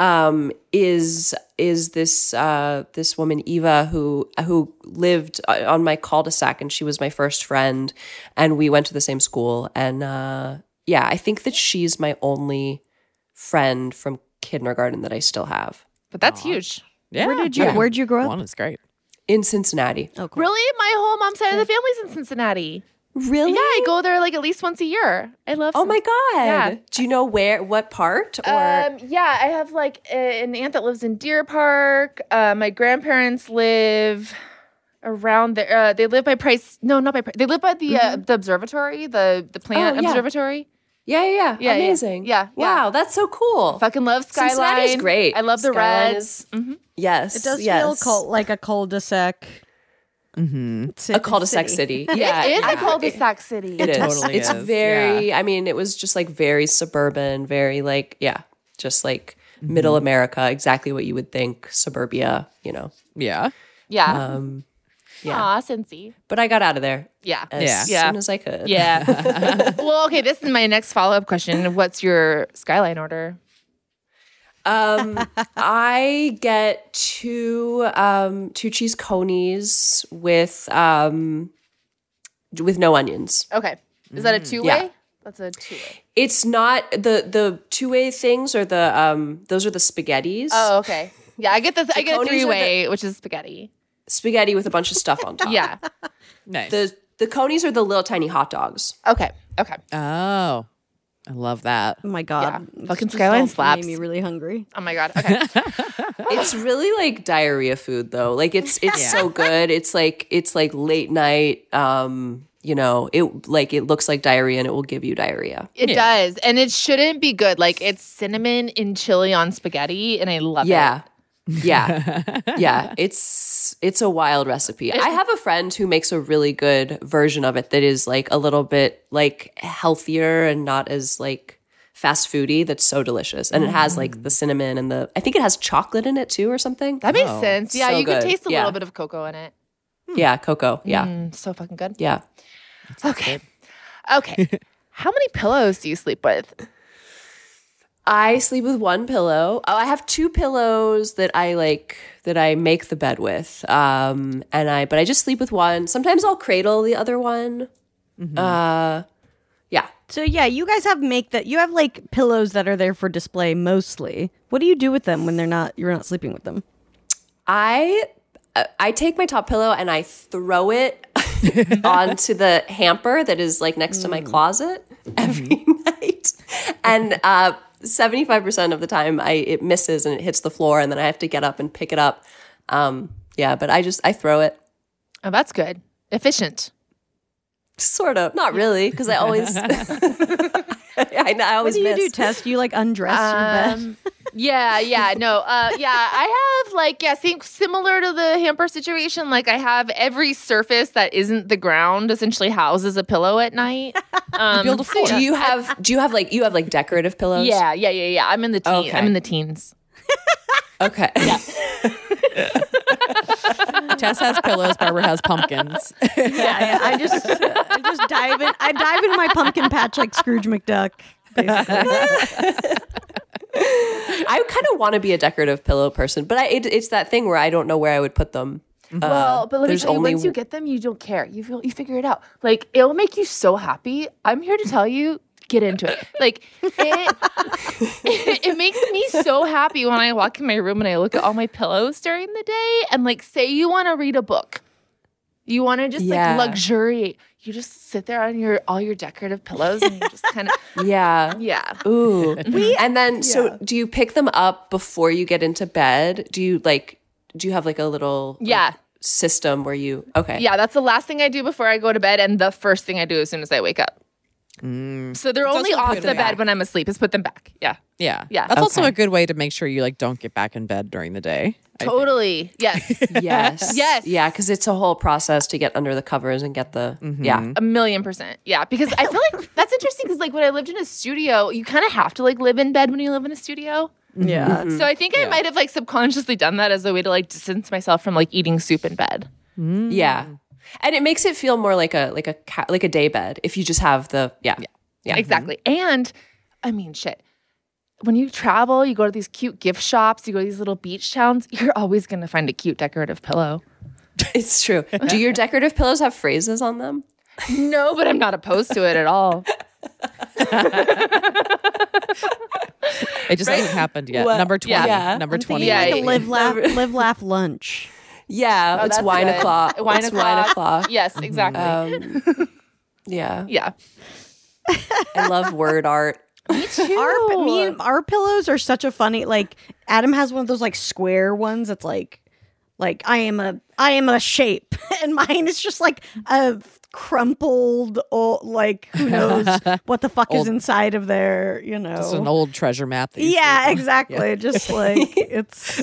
um is is this uh this woman Eva who who lived uh, on my cul-de-sac and she was my first friend and we went to the same school and uh yeah, I think that she's my only friend from kindergarten that I still have.
But that's huge.
Yeah.
Where did you-
yeah.
where'd you grow up?
One is great.
in Cincinnati.
Oh, cool.
Really, my whole mom's side of the family's in Cincinnati.
Really?
Yeah, I go there like at least once a year. I love.
Oh my
Cin-
god.
Yeah.
Do you know where what part or
Um, yeah, I have like a- an aunt that lives in Deer Park. Uh, my grandparents live around there. Uh, they live by Price. No, not by Price. They live by the uh, the observatory, the the
Mm-hmm.
plant
Oh, yeah.
observatory.
Yeah, yeah, yeah.
Yeah, yeah.
Amazing.
Yeah, yeah.
Wow, that's so cool.
Fucking love skyline.
Cincinnati's great.
I love the
Skyline
reds. Mm-hmm.
is- yes.
It does
yes.
feel cult, like a cul-de-sac.
Mm-hmm.
ci-
a cul-de-sac city. Yeah.
It is a
yeah.
cul-de-sac city.
It is.
Totally
it's
is,
very I mean, it was just like very suburban, very like yeah, just like
Mm-hmm.
middle America, exactly what you would think suburbia, you know.
Yeah.
Yeah.
Um yeah.
Aw, Cincy.
but I got out of there
Yeah.
as
Yeah.
Yeah.
soon as I could.
Yeah. well, okay. This is my next follow up question. What's your skyline order?
Um, I get two um, two cheese conies with um, with no onions.
Okay. Is that a two way?
Mm, yeah.
That's a two way.
It's not the the two way things or the um, those are the spaghettis.
Oh, okay. Yeah, I get the, I get a
conies are
three way, which is spaghetti.
Spaghetti with a bunch of stuff on top.
Yeah.
Nice.
The the conies are the little tiny hot dogs.
Okay. Okay.
oh, I love that.
Oh my god.
Yeah.
This
Fucking
just
skyline
all
slaps.
Made me really hungry.
Oh my god. Okay.
It's really like diarrhea food though. Like it's it's so good. It's like it's like late night. Um, you know, it like it looks like diarrhea and it will give you diarrhea.
It does, and it shouldn't be good. Like it's cinnamon and chili on spaghetti, and I love it.
yeah. Yeah. yeah. It's it's a wild recipe. I have a friend who makes a really good version of it that is like a little bit like healthier and not as like fast foody that's so delicious. And it has like the cinnamon and the I think it has chocolate in it too or something.
Mm. That makes
Oh,
sense. Yeah,
so
you can
good.
taste a
Yeah.
little bit of cocoa in it.
yeah, cocoa. Yeah.
Mm, so fucking good.
Yeah.
Okay. Okay. How many pillows do you sleep with?
I sleep with one pillow. Oh, I have two pillows that I like that I make the bed with. Um and I but I just sleep with one. Sometimes I'll cradle the other one.
Mm-hmm. Mm.
Uh yeah.
So yeah, you guys have make that you have like pillows that are there for display mostly. What do you do with them when they're not you're not sleeping with them?
I uh, I take my top pillow and I throw it onto the hamper that is like next to
Mm.
my closet every
Mm-hmm.
night, and uh, seventy five percent of the time I it misses and it hits the floor, and then I have to get up and pick it up. Um, yeah, but I just I throw it
Oh, that's good. Efficient.
sort of, not really, because I always I, I
What
always
do you
miss.
do, Tess? Do you like undress your bed?
Um, Yeah, yeah, no, uh, yeah. I have like yeah, think similar to the hamper situation. Like I have every surface that isn't the ground essentially houses a pillow at night. Um,
build a
so
floor.
yeah.
Do you have do you have like you have like decorative pillows?
Yeah, yeah, yeah, yeah. I'm in the teen.
Okay.
I'm in the teens.
Okay.
Tess has pillows. Barbara has pumpkins.
yeah, yeah. I just, I just dive in. I dive into my pumpkin patch like Scrooge McDuck. Basically.
I kind of want to be a decorative pillow person, but I, it, it's that thing where I don't know where I would put them. Uh,
well, but let me
there's
tell you,
only-
once you get them, you don't care. You feel you figure it out. Like it'll make you so happy. I'm here to tell you, get into it. Like it, it, makes me so happy when I walk in my room and I look at all my pillows during the day. And like, say you want to read a book, you want to just
Yeah.
like luxuriate. You just sit there on your all your decorative pillows and you just kind of
Yeah.
yeah.
Ooh. and then, so do you pick them up before you get into bed? Do you like, do you have like a little like,
Yeah.
system where you, okay.
Yeah, that's the last thing I do before I go to bed, and the first thing I do as soon as I wake up. So they're only
also
off
put
the
them
bed
back.
when I'm asleep. Is put them back. Yeah,
Yeah,
Yeah.
That's also a good way to make sure you like don't get back in bed during the day. I think.
totally. Yes,
Yes.
Yes.
Yeah. Cause it's a whole process to get under the covers and get the,
Mm-hmm.
yeah.
a million percent. Yeah, because I feel like that's interesting. Because like when I lived in a studio, you kind of have to like live in bed when you live in a studio.
yeah.
Mm-hmm.
So I think I might have like subconsciously done that as a way to like distance myself from like eating soup in bed.
Mm-hmm. Yeah. And it makes it feel more like a, like a, ca- like a day bed if you just have the, yeah. Yeah.
Exactly. And I mean, shit. When you travel, you go to these cute gift shops, you go to these little beach towns, you're always going to find a cute decorative pillow.
It's true. Do your decorative pillows have phrases on them?
No, but I'm not opposed to it at all.
It just hasn't happened yet.
Well,
number twenty.
yeah.
Number
I'm
twenty.
thinking
like a
maybe.
little-
Live, laugh, live, laugh, lunch.
Yeah.
Oh,
it's
that's
wine
good.
o'clock.
Wine
it's
o'clock.
wine o'clock. Mm-hmm.
Yes, exactly.
Um, yeah.
yeah.
I love word art.
Our me, our pillows are such a funny like Adam has one of those like square ones that's like like I am a I am a shape and mine is just like a crumpled old like who knows what the fuck is
Old-
inside of there, you know.
It's an old treasure map. That you
yeah,
see.
exactly. Just like it's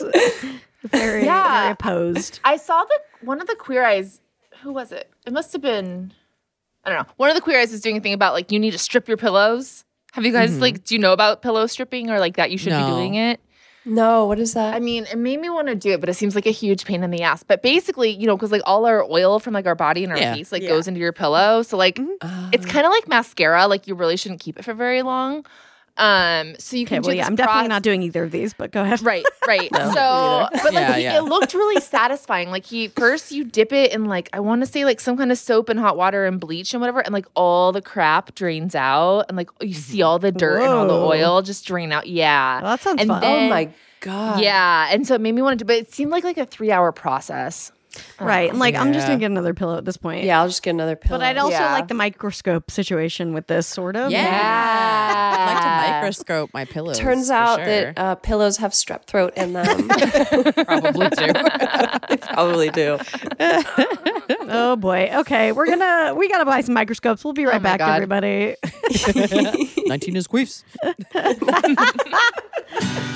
very,
Yeah.
very opposed.
I saw the one of the queer eyes. Who was it? It must have been. I don't know. One of the queer eyes was doing a thing about like you need to strip your pillows. Have you guys like do you know about pillow stripping or like that you should be
No.
doing it?
No, what is that?
I mean, it made me want to do it, but it seems like a huge pain in the ass. But basically, you know, because like all our oil from like our body and our
Yeah. Mm-hmm. Ah.
face like goes into your pillow, so like it's kind of like mascara. Like you really shouldn't keep it for very long. Um, so you
Okay,
can.
well
do
yeah,
this
I'm definitely
process-
not doing either of these, but go ahead.
Right, right. so, but like
Yeah,
he-
yeah.
it looked really satisfying. Like he first you dip it in like I want to say like some kind of soap and hot water and bleach and whatever, and like all the crap drains out, and like you see
Mm-hmm.
all the dirt and all the
Whoa.
oil just drain out. Yeah,
Well, that sounds
and
fun.
oh
then-
my god.
yeah, and so it made me want to, do but it seemed like like a three hour process. Um,
Right. And like I'm just
Yeah.
gonna get another pillow at this point.
Yeah, I'll just get another pillow.
But I'd also
Yeah.
like the microscope situation with this sort of.
Yeah.
Yeah.
I'd like to microscope my pillows.
Turns
for
out
sure.
that uh, pillows have strep throat in them.
probably do.
Probably do.
Oh boy. Okay, we're gonna we gotta buy some microscopes. We'll be
Oh
right
my
back,
God.
everybody.
Nineteen is queefs.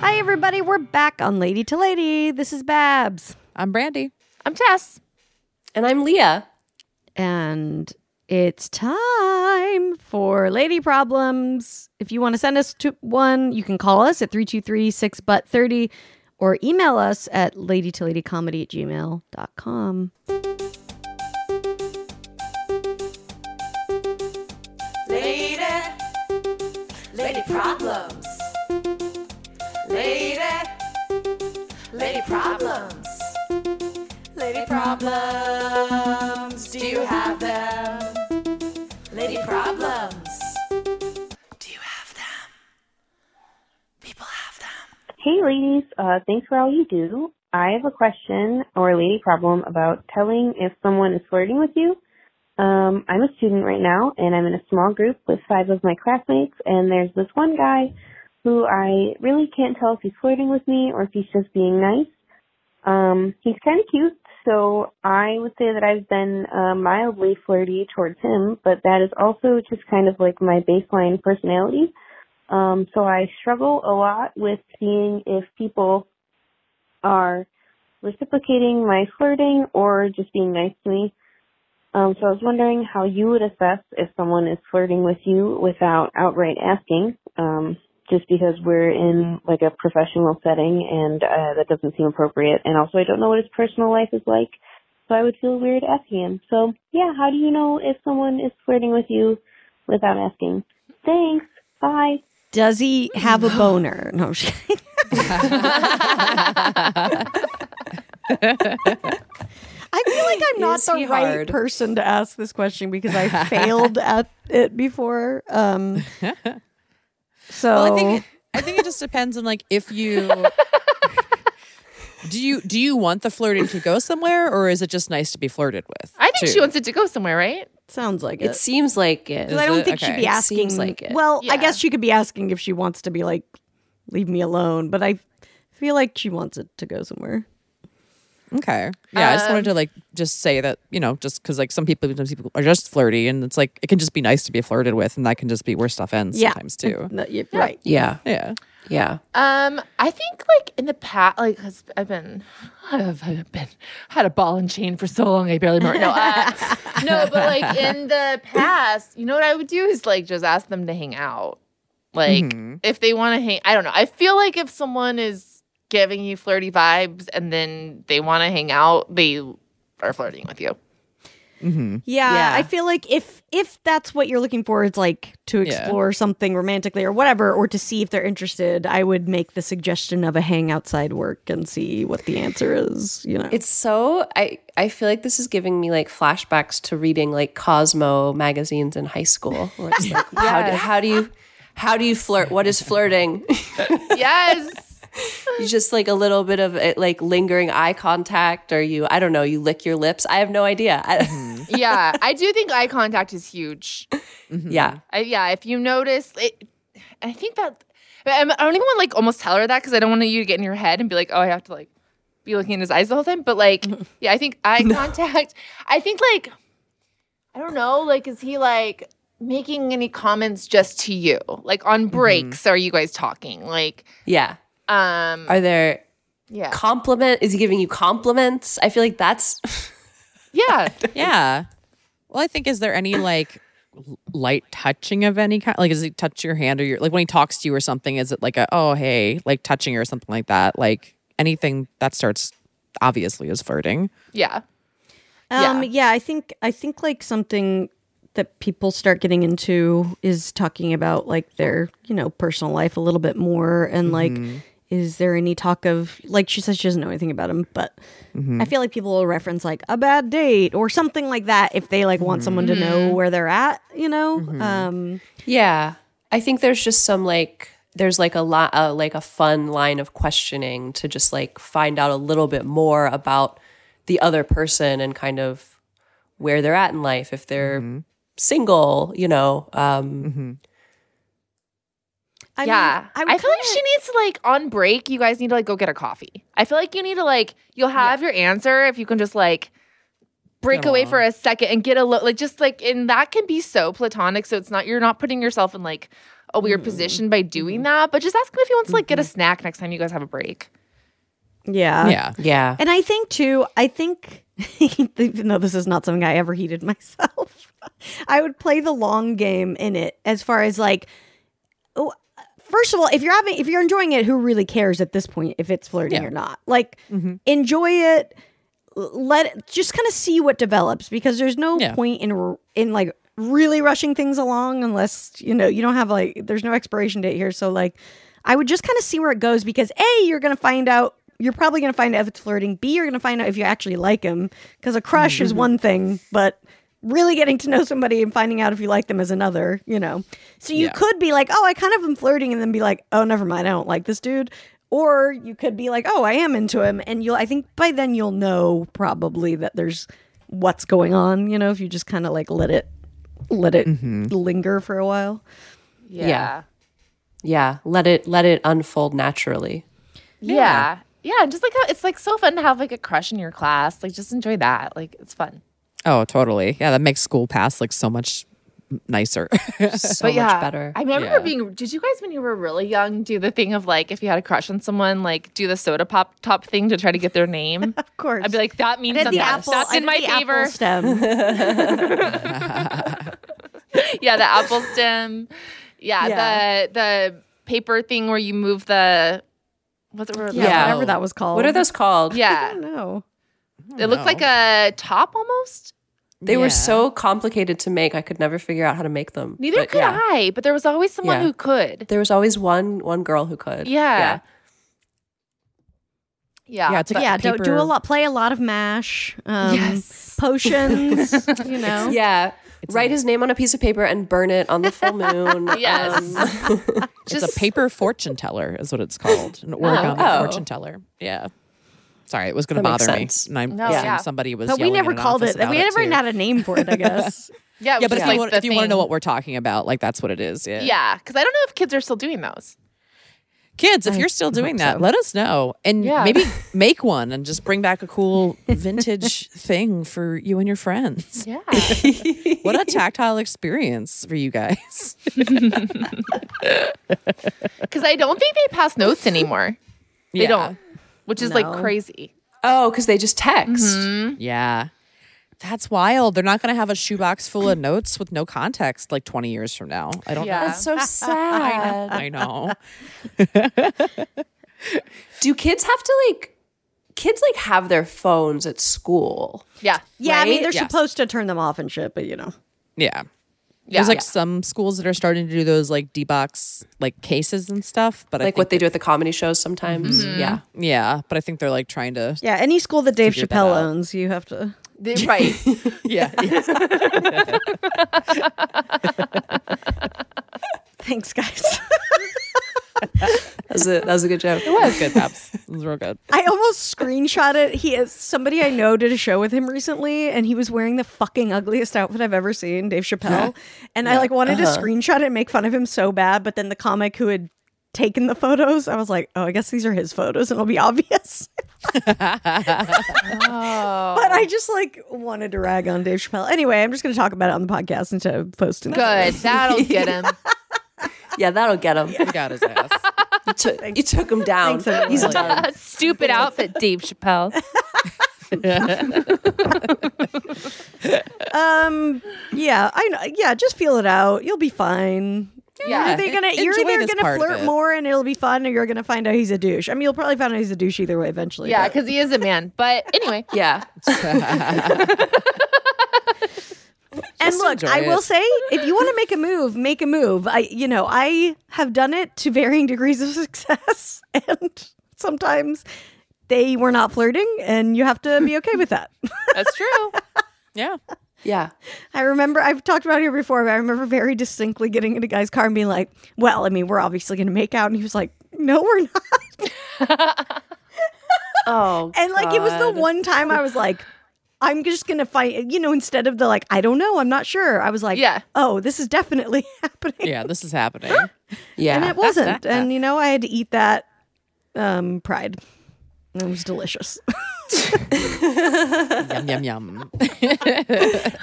Hi everybody. We're back on Lady to Lady. This is Babs,
I'm Brandy.
I'm Tess.
And I'm Leah.
and it's time for lady problems. If you want to send us to one, you can call us at 3236 but 30 or email us at ladytoladycomedy at gmail.com.
Lady, lady problems. Lady, lady problems. Lady problems, do you have them? Lady problems, do you have them? People have them.
Hey, ladies. Uh, thanks for all you do. I have a question or a lady problem about telling if someone is flirting with you. Um, I'm a student right now, and I'm in a small group with five of my classmates, and there's this one guy who I really can't tell if he's flirting with me or if he's just being nice. Um, he's kind of cute, so I would say that I've been uh, mildly flirty towards him, but that is also just kind of like my baseline personality. Um, so I struggle a lot with seeing if people are reciprocating my flirting or just being nice to me. Um, so I was wondering how you would assess if someone is flirting with you without outright asking, um, just because we're in like a professional setting and uh, that doesn't seem appropriate. And also, I don't know what his personal life is like, so I would feel weird asking him. So yeah, how do you know if someone is flirting with you without asking? Thanks. Bye.
Does he have a boner? No, I'm just kidding. I feel like I'm not
Is
the
he
right
hard?
person to ask this question because I failed at it before. Um, so
Well, I think I think it just depends on like if you do you do you want the flirting to go somewhere or is it just nice to be flirted with?
I think
too?
she wants it to go somewhere, right?
sounds like
It
it.
seems like it.
Is
I don't
it?
think she'd
Okay.
be
It
asking.
seems like it.
Well, I
Yeah.
guess she could be asking if she wants to be like, "Leave me alone," but I feel like she wants it to go somewhere.
Okay. Yeah,
Uh,
I just wanted
Um,
to like just say that you know just because like some people some people are just flirty and it's like it can just be nice to be flirted with and that can just be where stuff ends
Yeah.
sometimes too.
No, you- Right.
Yeah.
Yeah.
Yeah.
Um, I think like in the past, like i I've been, I've, I've been had a ball and chain for so long, I barely remember. No, uh, no, but like in the past, you know what I would do is like just ask them to hang out, like if they want to hang. I don't know. I feel like if someone is giving you flirty vibes and then they want to hang out, they are flirting with you.
Yeah,
Yeah.
I feel like if if that's what you're looking for, it's like to
Yeah.
explore something romantically or whatever, or to see if they're interested. I would make the suggestion of a hang outside work and see what the answer is. You know,
It's so I I feel like this is giving me like flashbacks to reading like Cosmo magazines in high school. Where it's like how, do, how do you how do you flirt? What is flirting?
Yes.
you just like a little bit of it, like lingering eye contact, or you I don't know. You lick your lips. I have no idea. I,
Mm-hmm, yeah, I do think eye contact is huge. mm-hmm.
Yeah,
I, yeah, if you notice, it, I think that I I don't even want to like almost tell her that because I don't want you to get in your head and be like, oh, I have to like be looking in his eyes the whole time. But like, yeah, I think eye contact. I think like I don't know, like is he like making any comments just to you? Like on breaks, are you guys talking? Like,
yeah.
um,
Are there
yeah,
compliment? Is he giving you compliments? I feel like that's
yeah,
Yeah. Well, I think is there any like l- light touching of any kind? Like, does he touch your hand or your like when he talks to you or something? Is it like a oh hey like touching or something like that? Like anything that starts obviously is flirting.
yeah,
um,
yeah.
yeah, I think I think like something that people start getting into is talking about like their you know personal life a little bit more and like. Is there any talk of like she says she doesn't know anything about him, but I feel like people will reference like a bad date or something like that if they like want someone to know where they're at, you know? Um
Yeah. I think there's just some like there's like a lot uh, like a fun line of questioning to just like find out a little bit more about the other person and kind of where they're at in life if they're single, you know. Um
I
yeah. I,
mean, I,
feel like she needs to like on break. You guys need to like go get a coffee. I feel like you need to like you'll have your answer if you can just like break
Get
away
along.
for a second and get a look. Like just like and that can be so platonic. So it's not you're not putting yourself in like a weird position by doing that. But just ask him if he wants to like get a snack next time you guys have a break.
Yeah.
yeah.
yeah.
And I think too, I think no, this is not something I ever heated myself. I would play the long game in it as far as like oh, first of all, if you're having if you're enjoying it, who really cares at this point if it's flirting or not? Like enjoy it l- let it- just kind of see what develops because there's no
Yeah.
point in r- in like really rushing things along unless you know you don't have like there's no expiration date here so like i would just kind of see where it goes because a you're gonna find out you're probably gonna find out if it's flirting b you're gonna find out if you actually like him because a crush is one thing but really getting to know somebody and finding out if you like them is another you know so you
Yeah.
could be like oh i kind of am flirting and then be like oh never mind i don't like this dude or you could be like oh i am into him and you'll i think by then you'll know probably that there's what's going on you know if you just kind
Mm-hmm.
of like let it let it linger for a while
Yeah. yeah, let it let it unfold naturally.
Yeah. Yeah. Just like how it's like so fun to have like a crush in your class. Like just enjoy that. Like it's fun.
Oh, totally. Yeah, that makes school pass like so much nicer.
So
but yeah,
much better.
I remember being. Did you guys, when you were really young, do the thing of like if you had a crush on someone, like do the soda pop top thing to try to get their name?
Of course.
I'd be like, that means
I did
something.
the apple.
That's
I
in
did
my
the
favor.
Apple stem.
yeah, the apple stem. Yeah,
Yeah.
the the paper thing where you move the. What's it?
yeah,
Yeah.
whatever that was called.
What are those called?
I
Yeah,
don't know.
it looked like a top almost.
They
Yeah.
were so complicated to make. I could never figure out how to make them.
Neither
But
could
yeah.
I, but there was always someone
Yeah.
who could.
There was always one one girl who could.
Yeah. Yeah,
yeah, it's like
yeah, do,
paper.
do a lot. Play a lot of mash. Um,
Yes.
Potions. you know.
Yeah. Write his name on a piece of paper and burn it on the full moon. Um,
Yes.
It's a paper fortune teller, is what it's called. An origami
Oh.
fortune teller. Yeah. Sorry, it was going to
That makes
bother me.
sense.
And I'm
No,
assuming
yeah.
somebody was.
But we
yelling in
never
an
called
office
it. that. We
about
never
too.
had a name for it. I guess.
yeah,
Yeah, but if,
like
you want,
the
if you want to
thing.
know what we're talking about, like that's what it is. Yeah.
Yeah, because I don't know if kids are still doing those.
Kids, if you're still doing that, let us know and
Yeah.
maybe make one and just bring back a cool vintage thing for you and your friends.
Yeah.
What a tactile experience for you guys.
Because I don't think they pass notes anymore. They
Yeah.
don't, which is like
No.
crazy.
Oh, because they just text.
Yeah. Mm-hmm. That's wild. They're not going to have a shoebox full of notes with no context like 20 years from now. I don't
Yeah.
know.
That's so sad.
I know.
Do kids have to like kids like have their phones at school?
Yeah.
Yeah, I
Right?
mean they're
Yes.
supposed to turn them off and shit, but you know.
Yeah.
Yeah.
There's like
Yeah.
some schools that are starting to do those like D-box like cases and stuff, but I
Like
think Mm-hmm.
what they do at the comedy shows sometimes. Mm-hmm. Yeah.
yeah, but I think they're like trying to
Yeah, any school that Dave
Figure that
Chappelle
out.
owns, you have to.
They- right.
yeah. yeah.
Thanks, guys.
That was a that was a good joke.
That's good, Babs. It was real good.
I almost screenshot it. He is somebody I know did a show with him recently, and he was wearing the fucking ugliest outfit I've ever seen, Dave Chappelle. And I like wanted
Uh-huh.
to screenshot it and make fun of him so bad, but then the comic who had taken the photos, I was like, oh, I guess these are his photos, and it'll be obvious.
Oh.
but I just like wanted to rag on Dave Chappelle. Anyway, I'm just going to talk about it on the podcast instead of posting. it.
Good. That'll get him.
Yeah, that'll get him.
He got his ass.
You, took you took him down.
Thanks, everyone.
He's "Oh, done.
Stupid outfit, Dave Chappelle.
Um. Yeah. I know. Yeah. Just feel it out. You'll be fine.
Yeah.
You're either gonna, you're
Enjoy
either
this
gonna
part of
flirt
it.
more and it'll be fun, or you're gonna find out he's a douche. I mean, you'll probably find out he's a douche either way eventually.
Yeah,
but-
because he is a man. But anyway,
Yeah.
and look,
enjoy
I will
it.
say, if you want to make a move, make a move. I, you know, I have done it to varying degrees of success, and sometimes they were not flirting, and you have to be okay with that.
that's true.
Yeah.
Yeah.
I remember I've talked about it here before, but I remember very distinctly getting in a guy's car and being like, "Well, I mean, we're obviously going to make out," and he was like, "No, we're not."
Oh.
And like, it was the
God.
one time I was like, "I'm just going to fight," you know, instead of the like, "I don't know, I'm not sure." I was like,
Yeah.
oh, this is definitely happening,"
Yeah, this is happening.
and
Yeah.
it wasn't. and you know, I had to eat that um, pride. And It was delicious.
yum yum yum.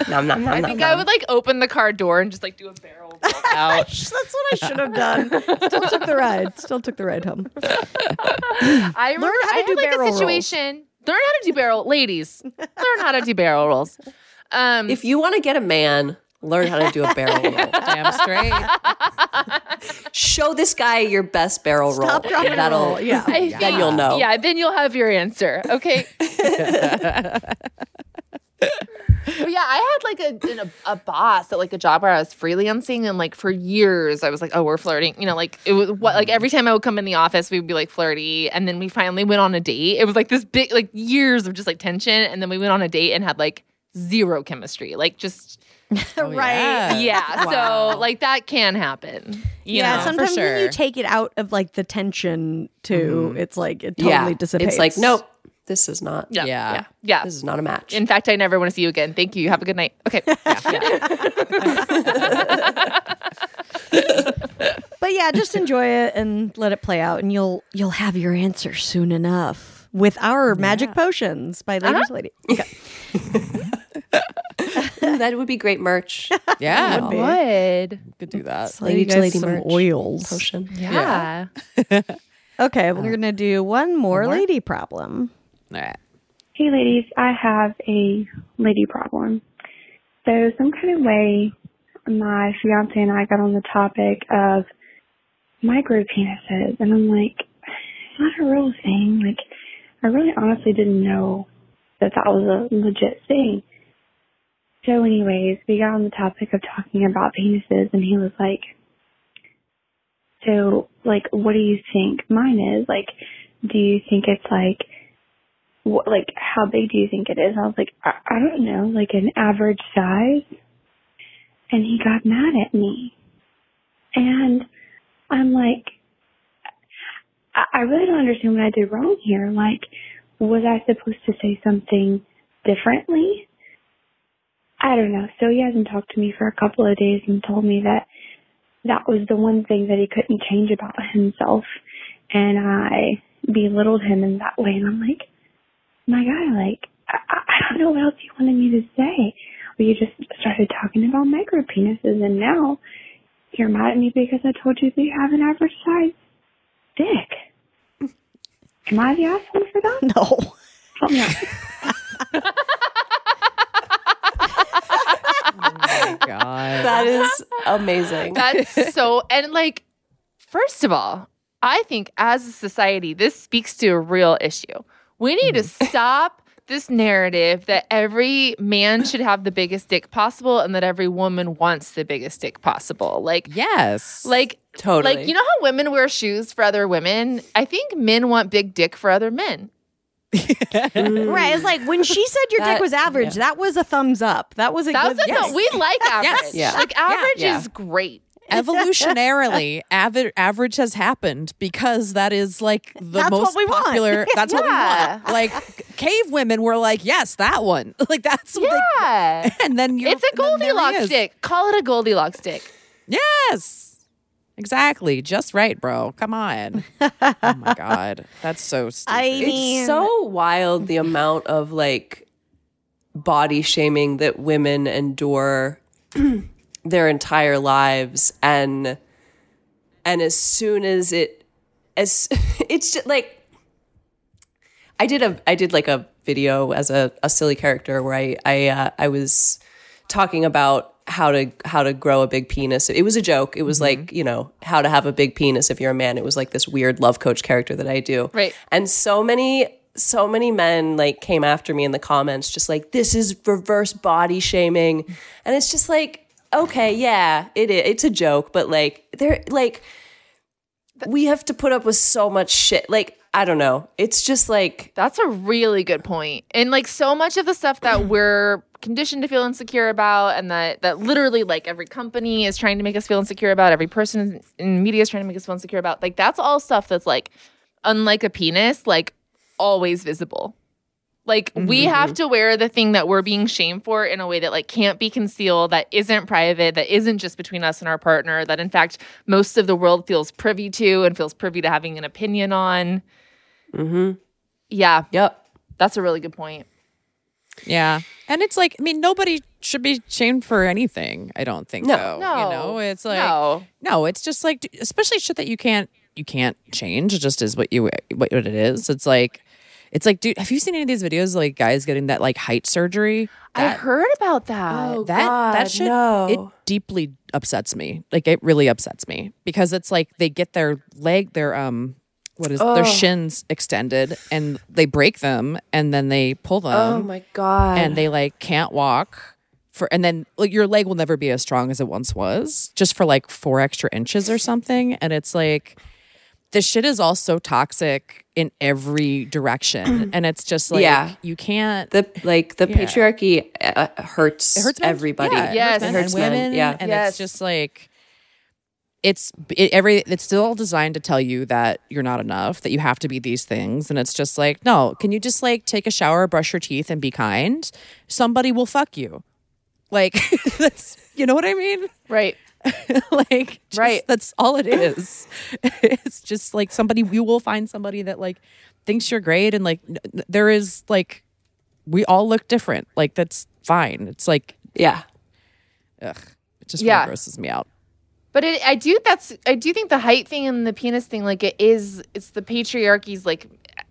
Nom, nom, nom,
I
nom,
think I
nom.
would like open the car door and just like do a barrel roll out.
That's what I should have done. Still took the ride. Still took the ride home.
I remember
how to
I had
do
like
barrel
a
rolls.
situation. Learn how to do barrel, ladies. Learn how to do barrel rolls. Um,
If you want to get a man, learn how to do a barrel roll.
Damn straight.
Show this guy your best barrel roll.
Stop, drop, and
That'll
roll. Yeah.
I
then you'll know.
Yeah, then you'll have your answer. Okay. but yeah, I had like a, an, a boss at like a job where I was freelancing, and like for years I was like, oh, we're flirting. You know, like it was what
Mm-hmm.
like every time I would come in the office, we would be like flirty, and then we finally went on a date. It was like this big like years of just like tension, and then we went on a date and had like zero chemistry, like just
Oh,
Right.
yeah.
Wow.
So like that can happen. You
yeah,
know?
sometimes when you
sure.
take it out of like the tension too,
Mm-hmm.
it's like it totally
Yeah.
dissipates.
It's like, nope, this is not.
Yeah.
Yeah.
Yeah.
yeah.
This is not a match.
In fact, I never want to see you again. Thank you. Have a good night. Okay.
But yeah, just enjoy it and let it play out, and you'll you'll have your answer soon enough with our magic potions by
Uh-huh.
Ladies Lady. Okay.
Ooh, that would be great merch.
Yeah,
Would be.
Would.
could do that.
I'll let
Lady
you
to
guys
lady
some
merch.
oils.
Potion.
Yeah.
Uh,
Okay, we're gonna do one more lady problem.
All right.
Hey, ladies, I have a lady problem. So, some kind of way, my fiance and I got on the topic of micro penises, and I'm like, it's not a real thing. Like, I really honestly didn't know that that was a legit thing. So, anyways, we got on the topic of talking about penises, and he was like, so, like, what do you think mine is? Like, do you think it's like what, like, how big do you think it is? I was like, I, I don't know, like an average size. And he got mad at me. And I'm like, I, I really don't understand what I did wrong here. Like, was I supposed to say something differently? I don't know. So he hasn't talked to me for a couple of days and told me that that was the one thing that he couldn't change about himself. And I belittled him in that way. And I'm like, my God, like, I, I I don't know what else you wanted me to say. Well, you just started talking about micro penises and now you're mad at me because I told you that you have an average size dick. Am I the asshole for that?
No.
Help me out.
God.
That is amazing.
That's so, and like, first of all, I think as a society, this speaks to a real issue. We need
Mm-hmm.
to stop this narrative that every man should have the biggest dick possible and that every woman wants the biggest dick possible. Like,
Yes.
like,
Totally.
like you know how women wear shoes for other women? I think men want big dick for other men.
Right. It's like when she said your dick
Hmm. That-
was average, that was a thumbs up. That was a
That was
good
like,
thing.
no, we like average.
Yeah.
Like, average
yeah.
is great.
evolutionarily aver- average has happened because that is like the
That's
most
what we want.
popular that's
Yeah.
what we want like cave women were like yes that one like that's what they-
Yeah.
and then you're
It's a
and then there he
Goldilocks
is.
stick. Call it a Goldilocks stick.
yes exactly just right bro come on oh my god that's so stupid
I mean,
it's so wild the amount of like body shaming that women endure their entire lives and and as soon as it as it's just like I did a I did like a video as a, a silly character where I I uh, I was talking about how to how to grow a big penis. It was a joke. It was
Mm-hmm.
like you know how to have a big penis if you're a man. It was like this weird love coach character that I do.
Right.
And so many so many men like came after me in the comments, just like this is reverse body shaming, and it's just like okay, yeah, it is. It's a joke, but like they're like we have to put up with so much shit. Like, I don't know. It's just like,
That's a really good point. And like so much of the stuff that we're conditioned to feel insecure about and that that literally like every company is trying to make us feel insecure about, every person in media is trying to make us feel insecure about. Like that's all stuff that's like unlike a penis, like always visible. Like we
Mm-hmm.
have to wear the thing that we're being shamed for in a way that like can't be concealed, that isn't private, that isn't just between us and our partner, that in fact most of the world feels privy to and feels privy to having an opinion on.
mm-hmm.
Yeah.
Yep.
That's a really good point.
yeah and it's like i mean nobody should be shamed for anything i don't think
No.
though,
No.
you know it's like
no.
No, it's just like especially shit that you can't you can't change. It just is what you what it is. It's like it's like, dude, have you seen any of these videos like guys getting that like height surgery?
I
That
heard about that.
Oh,
that
God,
that shit
no.
it deeply upsets me. Like it really upsets me because it's like they get their leg their um what is their shins extended and they break them and then they pull them
Oh my God.
um, and they like can't walk for and then like your leg will never be as strong as it once was just for like four extra inches or something and it's like this shit is all so toxic in every direction and it's just like
Yeah.
you can't
the, like, the patriarchy uh, hurts,
it hurts men.
everybody.
Yeah,
Yes.
It
it hurts men and
hurts men.
women.
Yeah.
and
Yes.
it's just like it's it, every. It's still designed to tell you that you're not enough, that you have to be these things, and it's just like, no, can you just like take a shower, brush your teeth, and be kind? Somebody will fuck you. Like that's you know what I mean.
right.
like, just-
Right.
That's all it is. it's just like somebody, you will find somebody that like thinks you're great. And like, n- n- there is like, we all look different. Like, that's fine. It's like,
Yeah.
ugh, it just
Yeah.
really grosses me out.
But it, I do that's I do think the height thing and the penis thing like it is it's the patriarchy's like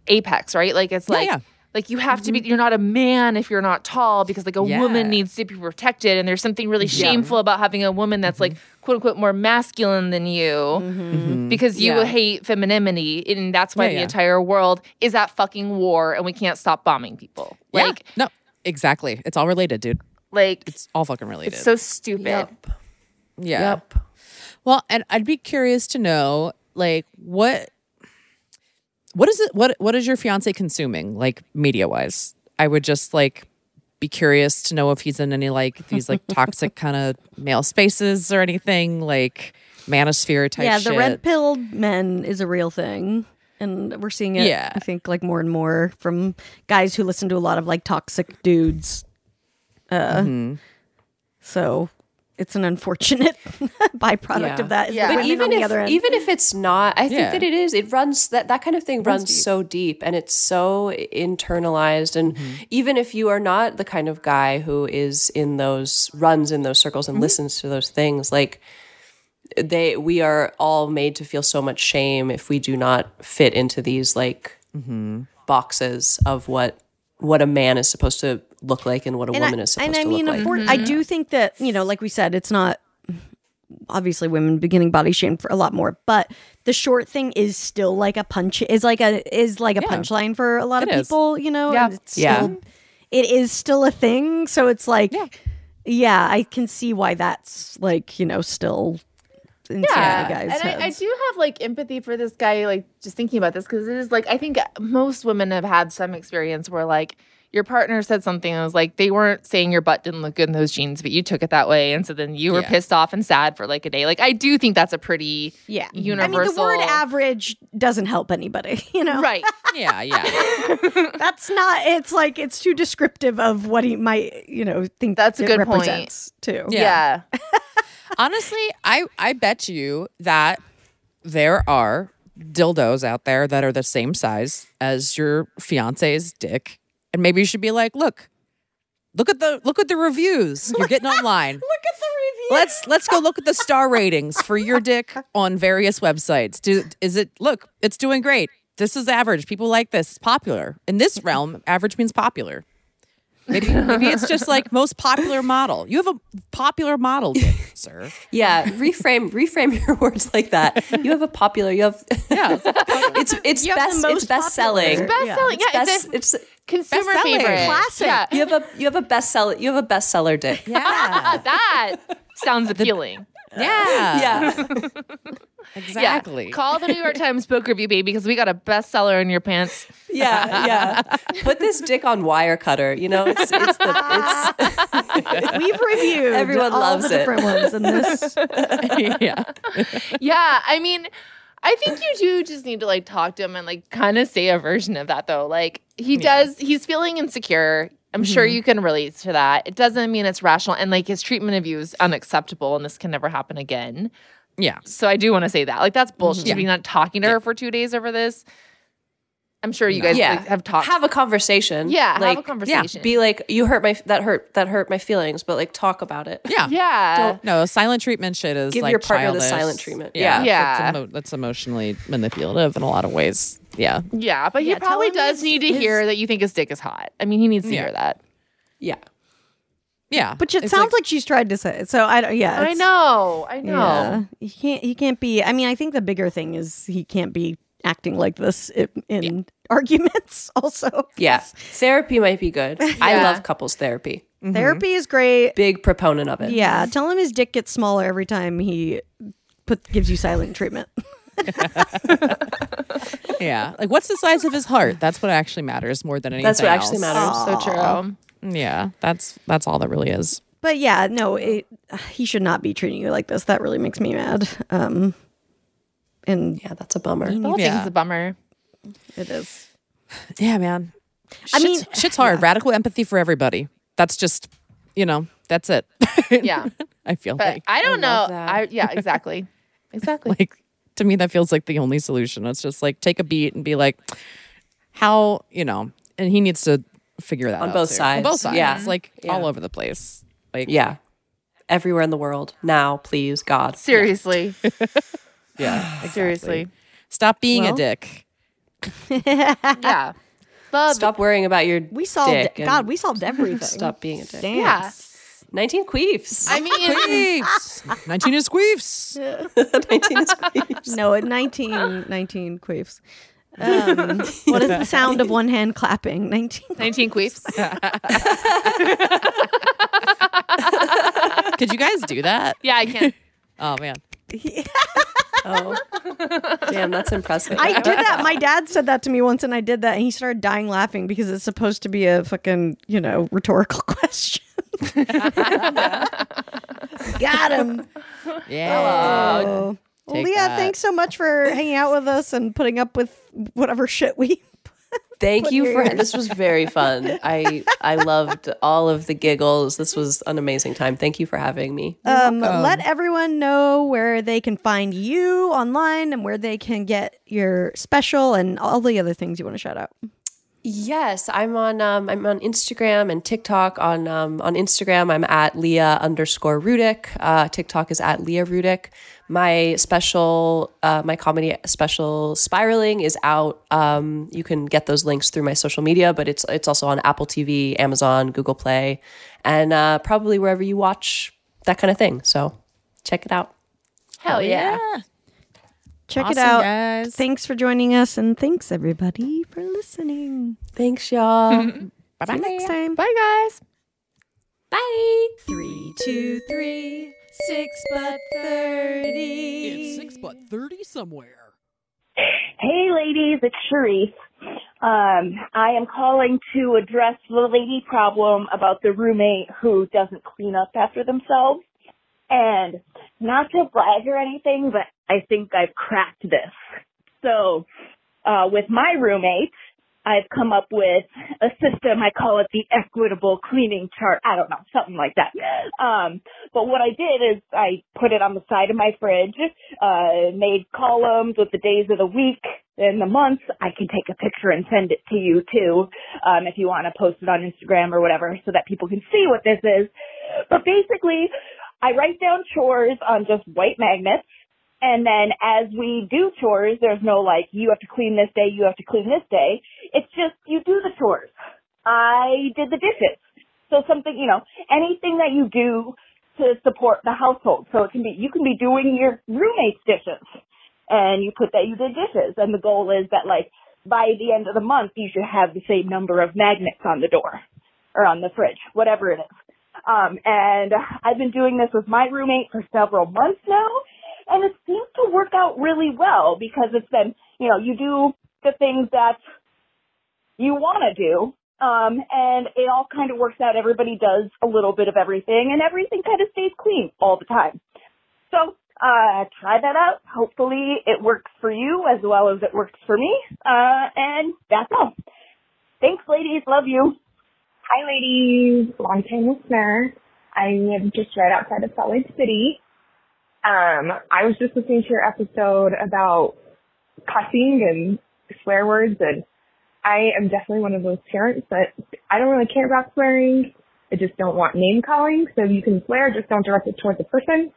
apex, right? Like it's
Yeah,
like
yeah. Mm-hmm.
like you have to be you're not a man if you're not tall because like a
Yeah.
woman needs to be protected and there's something really shameful about having a woman that's like
Mm-hmm.
quote unquote more masculine than you because you
Yeah.
hate femininity and that's why
Yeah,
the
yeah.
entire world is at fucking war and we can't stop bombing people.
Yeah.
Like
no, exactly. It's all related, dude.
like it's,
It's all fucking related.
so stupid.
yeah.
Yep.
Well, and I'd be curious to know, like, what, what is it? What what is your fiance consuming, like media wise? I would just like be curious to know if he's in any like these like toxic kind of male spaces or anything like manosphere type.
yeah,
shit.
the red pilled men is a real thing. And we're seeing it,
Yeah.
I think, like more and more from guys who listen to a lot of like toxic dudes. Uh,
Mm-hmm.
So it's an unfortunate byproduct
Yeah.
of that. Is
Yeah.
the
But
But
women on
even
the
if
other end.
even if it's not, I think
Yeah.
that it is. It runs that that kind of thing runs, so deep, and it's so internalized. And
Mm-hmm.
even if you are not the kind of guy who is in those runs in those circles and
Mm-hmm.
listens to those things, like they, we are all made to feel so much shame if we do not fit into these like
Mm-hmm.
boxes of what what a man is supposed to look like and what a woman
I,
is supposed
and I
to
mean,
look like.
affor- I do think that you know, like we said, it's not obviously women beginning body shame for a lot more, but the short thing is still like a punch is like a is like a punchline for a lot of
It is.
people. You know,
Yeah.
and it's
Yeah.
still, it is still a thing. So it's like, yeah, I can see why that's like you know still inside the guys.
and I, I
heads.
do have like empathy for this guy. Like just thinking about this because it is like I think most women have had some experience where like your partner said something and was like they weren't saying your butt didn't look good in those jeans, but you took it that way, and so then you were
Yeah.
pissed off and sad for like a day. Like I do think that's a pretty
yeah, I mean, the
universal-
word "average" doesn't help anybody. You know,
right.
yeah, yeah.
That's not. It's like it's too descriptive of what he might, you know, think
That's a
it
good point.
represents too.
Yeah.
Yeah.
Honestly, I I bet you that there are dildos out there that are the same size as your fiance's dick, and maybe you should be like, look, look at the look at the reviews you're getting online. look at the reviews. Let's let's go look at the star ratings for your dick on various websites. Do is it look? It's doing great. This is average. People like this. It's popular in this realm. Average means popular. Maybe, maybe it's just like most popular model. You have a popular model, dick, sir.
Yeah, reframe reframe your words like that. You have a popular. You have
Yeah.
it's it's
You have the
best
most
it's best
popular.
selling.
It's best
Yeah.
selling. Yeah, it's
best,
a-
it's,
Consumer
Best-selling.
favorite.
Classic.
Yeah.
you have a you have a bestseller you have a bestseller dick. Yeah.
Yeah.
that sounds appealing.
Yeah.
Yeah.
Yeah.
Exactly.
Call the New York Times book review, baby, because we got a bestseller in your pants.
Yeah. Put this dick on wire cutter, you know? It's, it's the it's
We've reviewed
Everyone
all
loves
the
it.
different ones in this.
yeah.
yeah i mean i think you do just need to like talk to him and like kind of say a version of that though like he does he's feeling insecure i'm sure you can relate to that it doesn't mean it's rational and like his treatment of you is unacceptable and this can never happen again
Yeah.
so i do want to say that like that's bullshit
Yeah.
to be not talking to her for two days over this i'm sure you guys
yeah.
like, have talked
Have a conversation.
yeah
Like
have a conversation
be like you hurt my that hurt that hurt my feelings, but like talk about it.
Yeah.
yeah
No, silent treatment shit is
Give
like
your partner the
childish.
silent treatment.
Yeah.
Yeah.
That's, emo- that's emotionally manipulative in a lot of ways. Yeah.
yeah but he
Yeah, tell
probably
him
does
his-
need to
his-
hear that you think his dick is hot i mean he needs to
Yeah.
hear that
Yeah.
Yeah.
Which it
It's
sounds like, she's tried to say. So I don't. Uh, Yeah,
i
it's-
know i know
Yeah, he can't. He can't be. I mean, I think the bigger thing is he can't be acting like this in, in arguments. Also,
Yeah. Therapy might be good. I
Yeah.
love couples therapy.
Mm-hmm.
therapy is great.
Big proponent of it.
Yeah, tell him his dick gets smaller every time he put gives you silent treatment.
yeah. Like, what's the size of his heart? That's what actually matters more than anything.
That's what actually
else.
matters.
so true
Yeah. That's that's all that really is.
but yeah, no, it, he should not be treating you like this. That really makes me mad. Um, and
Yeah, that's a bummer.
The whole
Yeah.
thing's a bummer.
it is.
Yeah, man. Shit's,
I mean-
shit's hard. Radical empathy for everybody. That's just, you know, that's it.
Yeah.
I feel
But
like
I don't
love
know.
that.
I yeah, exactly. Exactly.
like to me that feels like the only solution. It's just like take a beat and be like, how you know, and he needs to figure that
On
out
both
too.
sides,
on both sides,
yeah.
It's like
Yeah.
all over the place. Like
Yeah. Everywhere in the world. Now, please, God.
Seriously.
yeah, exactly.
Seriously.
Stop being
Well,
a dick.
Yeah. Love
Stop worrying about your
We solved
dick and
God, we solved everything.
stop being a dick.
Damn.
Yeah.
19 queefs.
I mean
Queefs. Nineteen is queefs.
19 is queefs.
No, at 19, 19 queefs. Um, what is the sound of one hand clapping? 19.
19 queefs.
Could you guys do that?
Yeah, I can.
Oh man,
Oh. Damn, that's impressive.
I did that. My dad said that to me once, and I did that, and he started dying laughing because it's supposed to be a fucking, you know, rhetorical question. Got him.
yeah.
Oh. Well,
Take
Leah,
that.
thanks so much for hanging out with us and putting up with whatever shit we.
Thank you for this was very fun. I I loved all of the giggles. This was an amazing time. Thank you for having me.
Um, let everyone know where they can find you online and where they can get your special and all the other things you want to shout out.
Yes, I'm on um, I'm on Instagram and TikTok. On um, on Instagram, I'm at Leah underscore Rudick. Uh, TikTok is at Leah Rudick. My special, uh, my comedy special, Spiraling, is out. Um, you can get those links through my social media, but it's it's also on Apple TV, Amazon, Google Play, and uh, probably wherever you watch that kind of thing. So check it out.
Oh,
Hell yeah.
Check it
Awesome,
out.
guys.
Thanks for joining us, and thanks everybody for listening.
Thanks, y'all.
Bye
See you next time.
Bye guys.
Bye.
Three, two, three, six but thirty.
but thirty somewhere.
Hey, ladies, it's Cherise. Um, I am calling to address the lady problem about the roommate who doesn't clean up after themselves. And not to brag or anything, but I think I've cracked this. So, uh, with my roommate, I've come up with a system. I call it the equitable cleaning chart. I don't know, something like that. Um, but what I did is I put it on the side of my fridge, uh, made columns with the days of the week and the months. I can take a picture and send it to you too, um, if you want to post it on Instagram or whatever so that people can see what this is. But basically, I write down chores on just white magnets. And then as we do chores, there's no like, you have to clean this day, you have to clean this day. It's just, you do the chores. I did the dishes. So something, you know, anything that you do to support the household. So it can be, you can be doing your roommate's dishes and you put that you did dishes. And the goal is that like by the end of the month, you should have the same number of magnets on the door or on the fridge, whatever it is. Um, and I've been doing this with my roommate for several months now, and it seems to work out really well because it's been, you know, you do the things that you want to do. Um, and it all kind of works out. Everybody does a little bit of everything and everything kind of stays clean all the time. So, uh, try that out. Hopefully it works for you as well as it works for me. Uh, and that's all. Thanks ladies. Love you.
Hi, ladies. Longtime listener. I am just right outside of Salt Lake City. Um, I was just listening to your episode about cussing and swear words, and I am definitely one of those parents that I don't really care about swearing. I just don't want name calling, so you can swear, just don't direct it towards a person.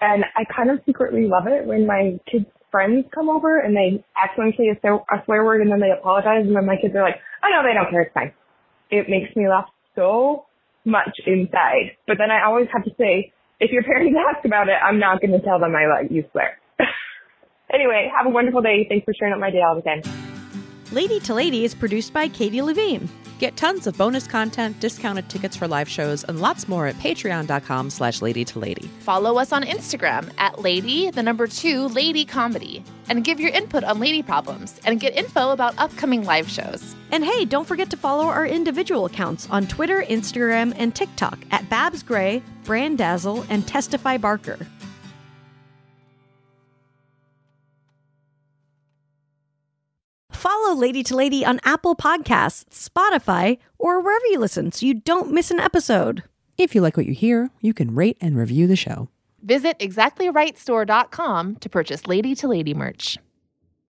And I kind of secretly love it when my kids' friends come over and they accidentally say a swear- a swear word and then they apologize, and then my kids are like, oh no, they don't care, it's fine it makes me laugh so much inside. But then I always have to say, if your parents ask about it, I'm not going to tell them I let you swear. anyway, have a wonderful day. Thanks for sharing up my day all the time.
Lady to Lady is produced by Katie Levine.
Get tons of bonus content, discounted tickets for live shows, and lots more at patreon.com slash lady to lady.
Follow us on Instagram at Lady, the number two, Lady Comedy, and give your input on lady problems and get info about upcoming live shows.
And hey, don't forget to follow our individual accounts on Twitter, Instagram, and TikTok at Babs Gray, Brandazzle, and Testify Barker. Follow Lady to Lady on Apple Podcasts, Spotify, or wherever you listen so you don't miss an episode. If you like what you hear, you can rate and review the show.
Visit exactlyrightstore.com to purchase Lady to Lady merch.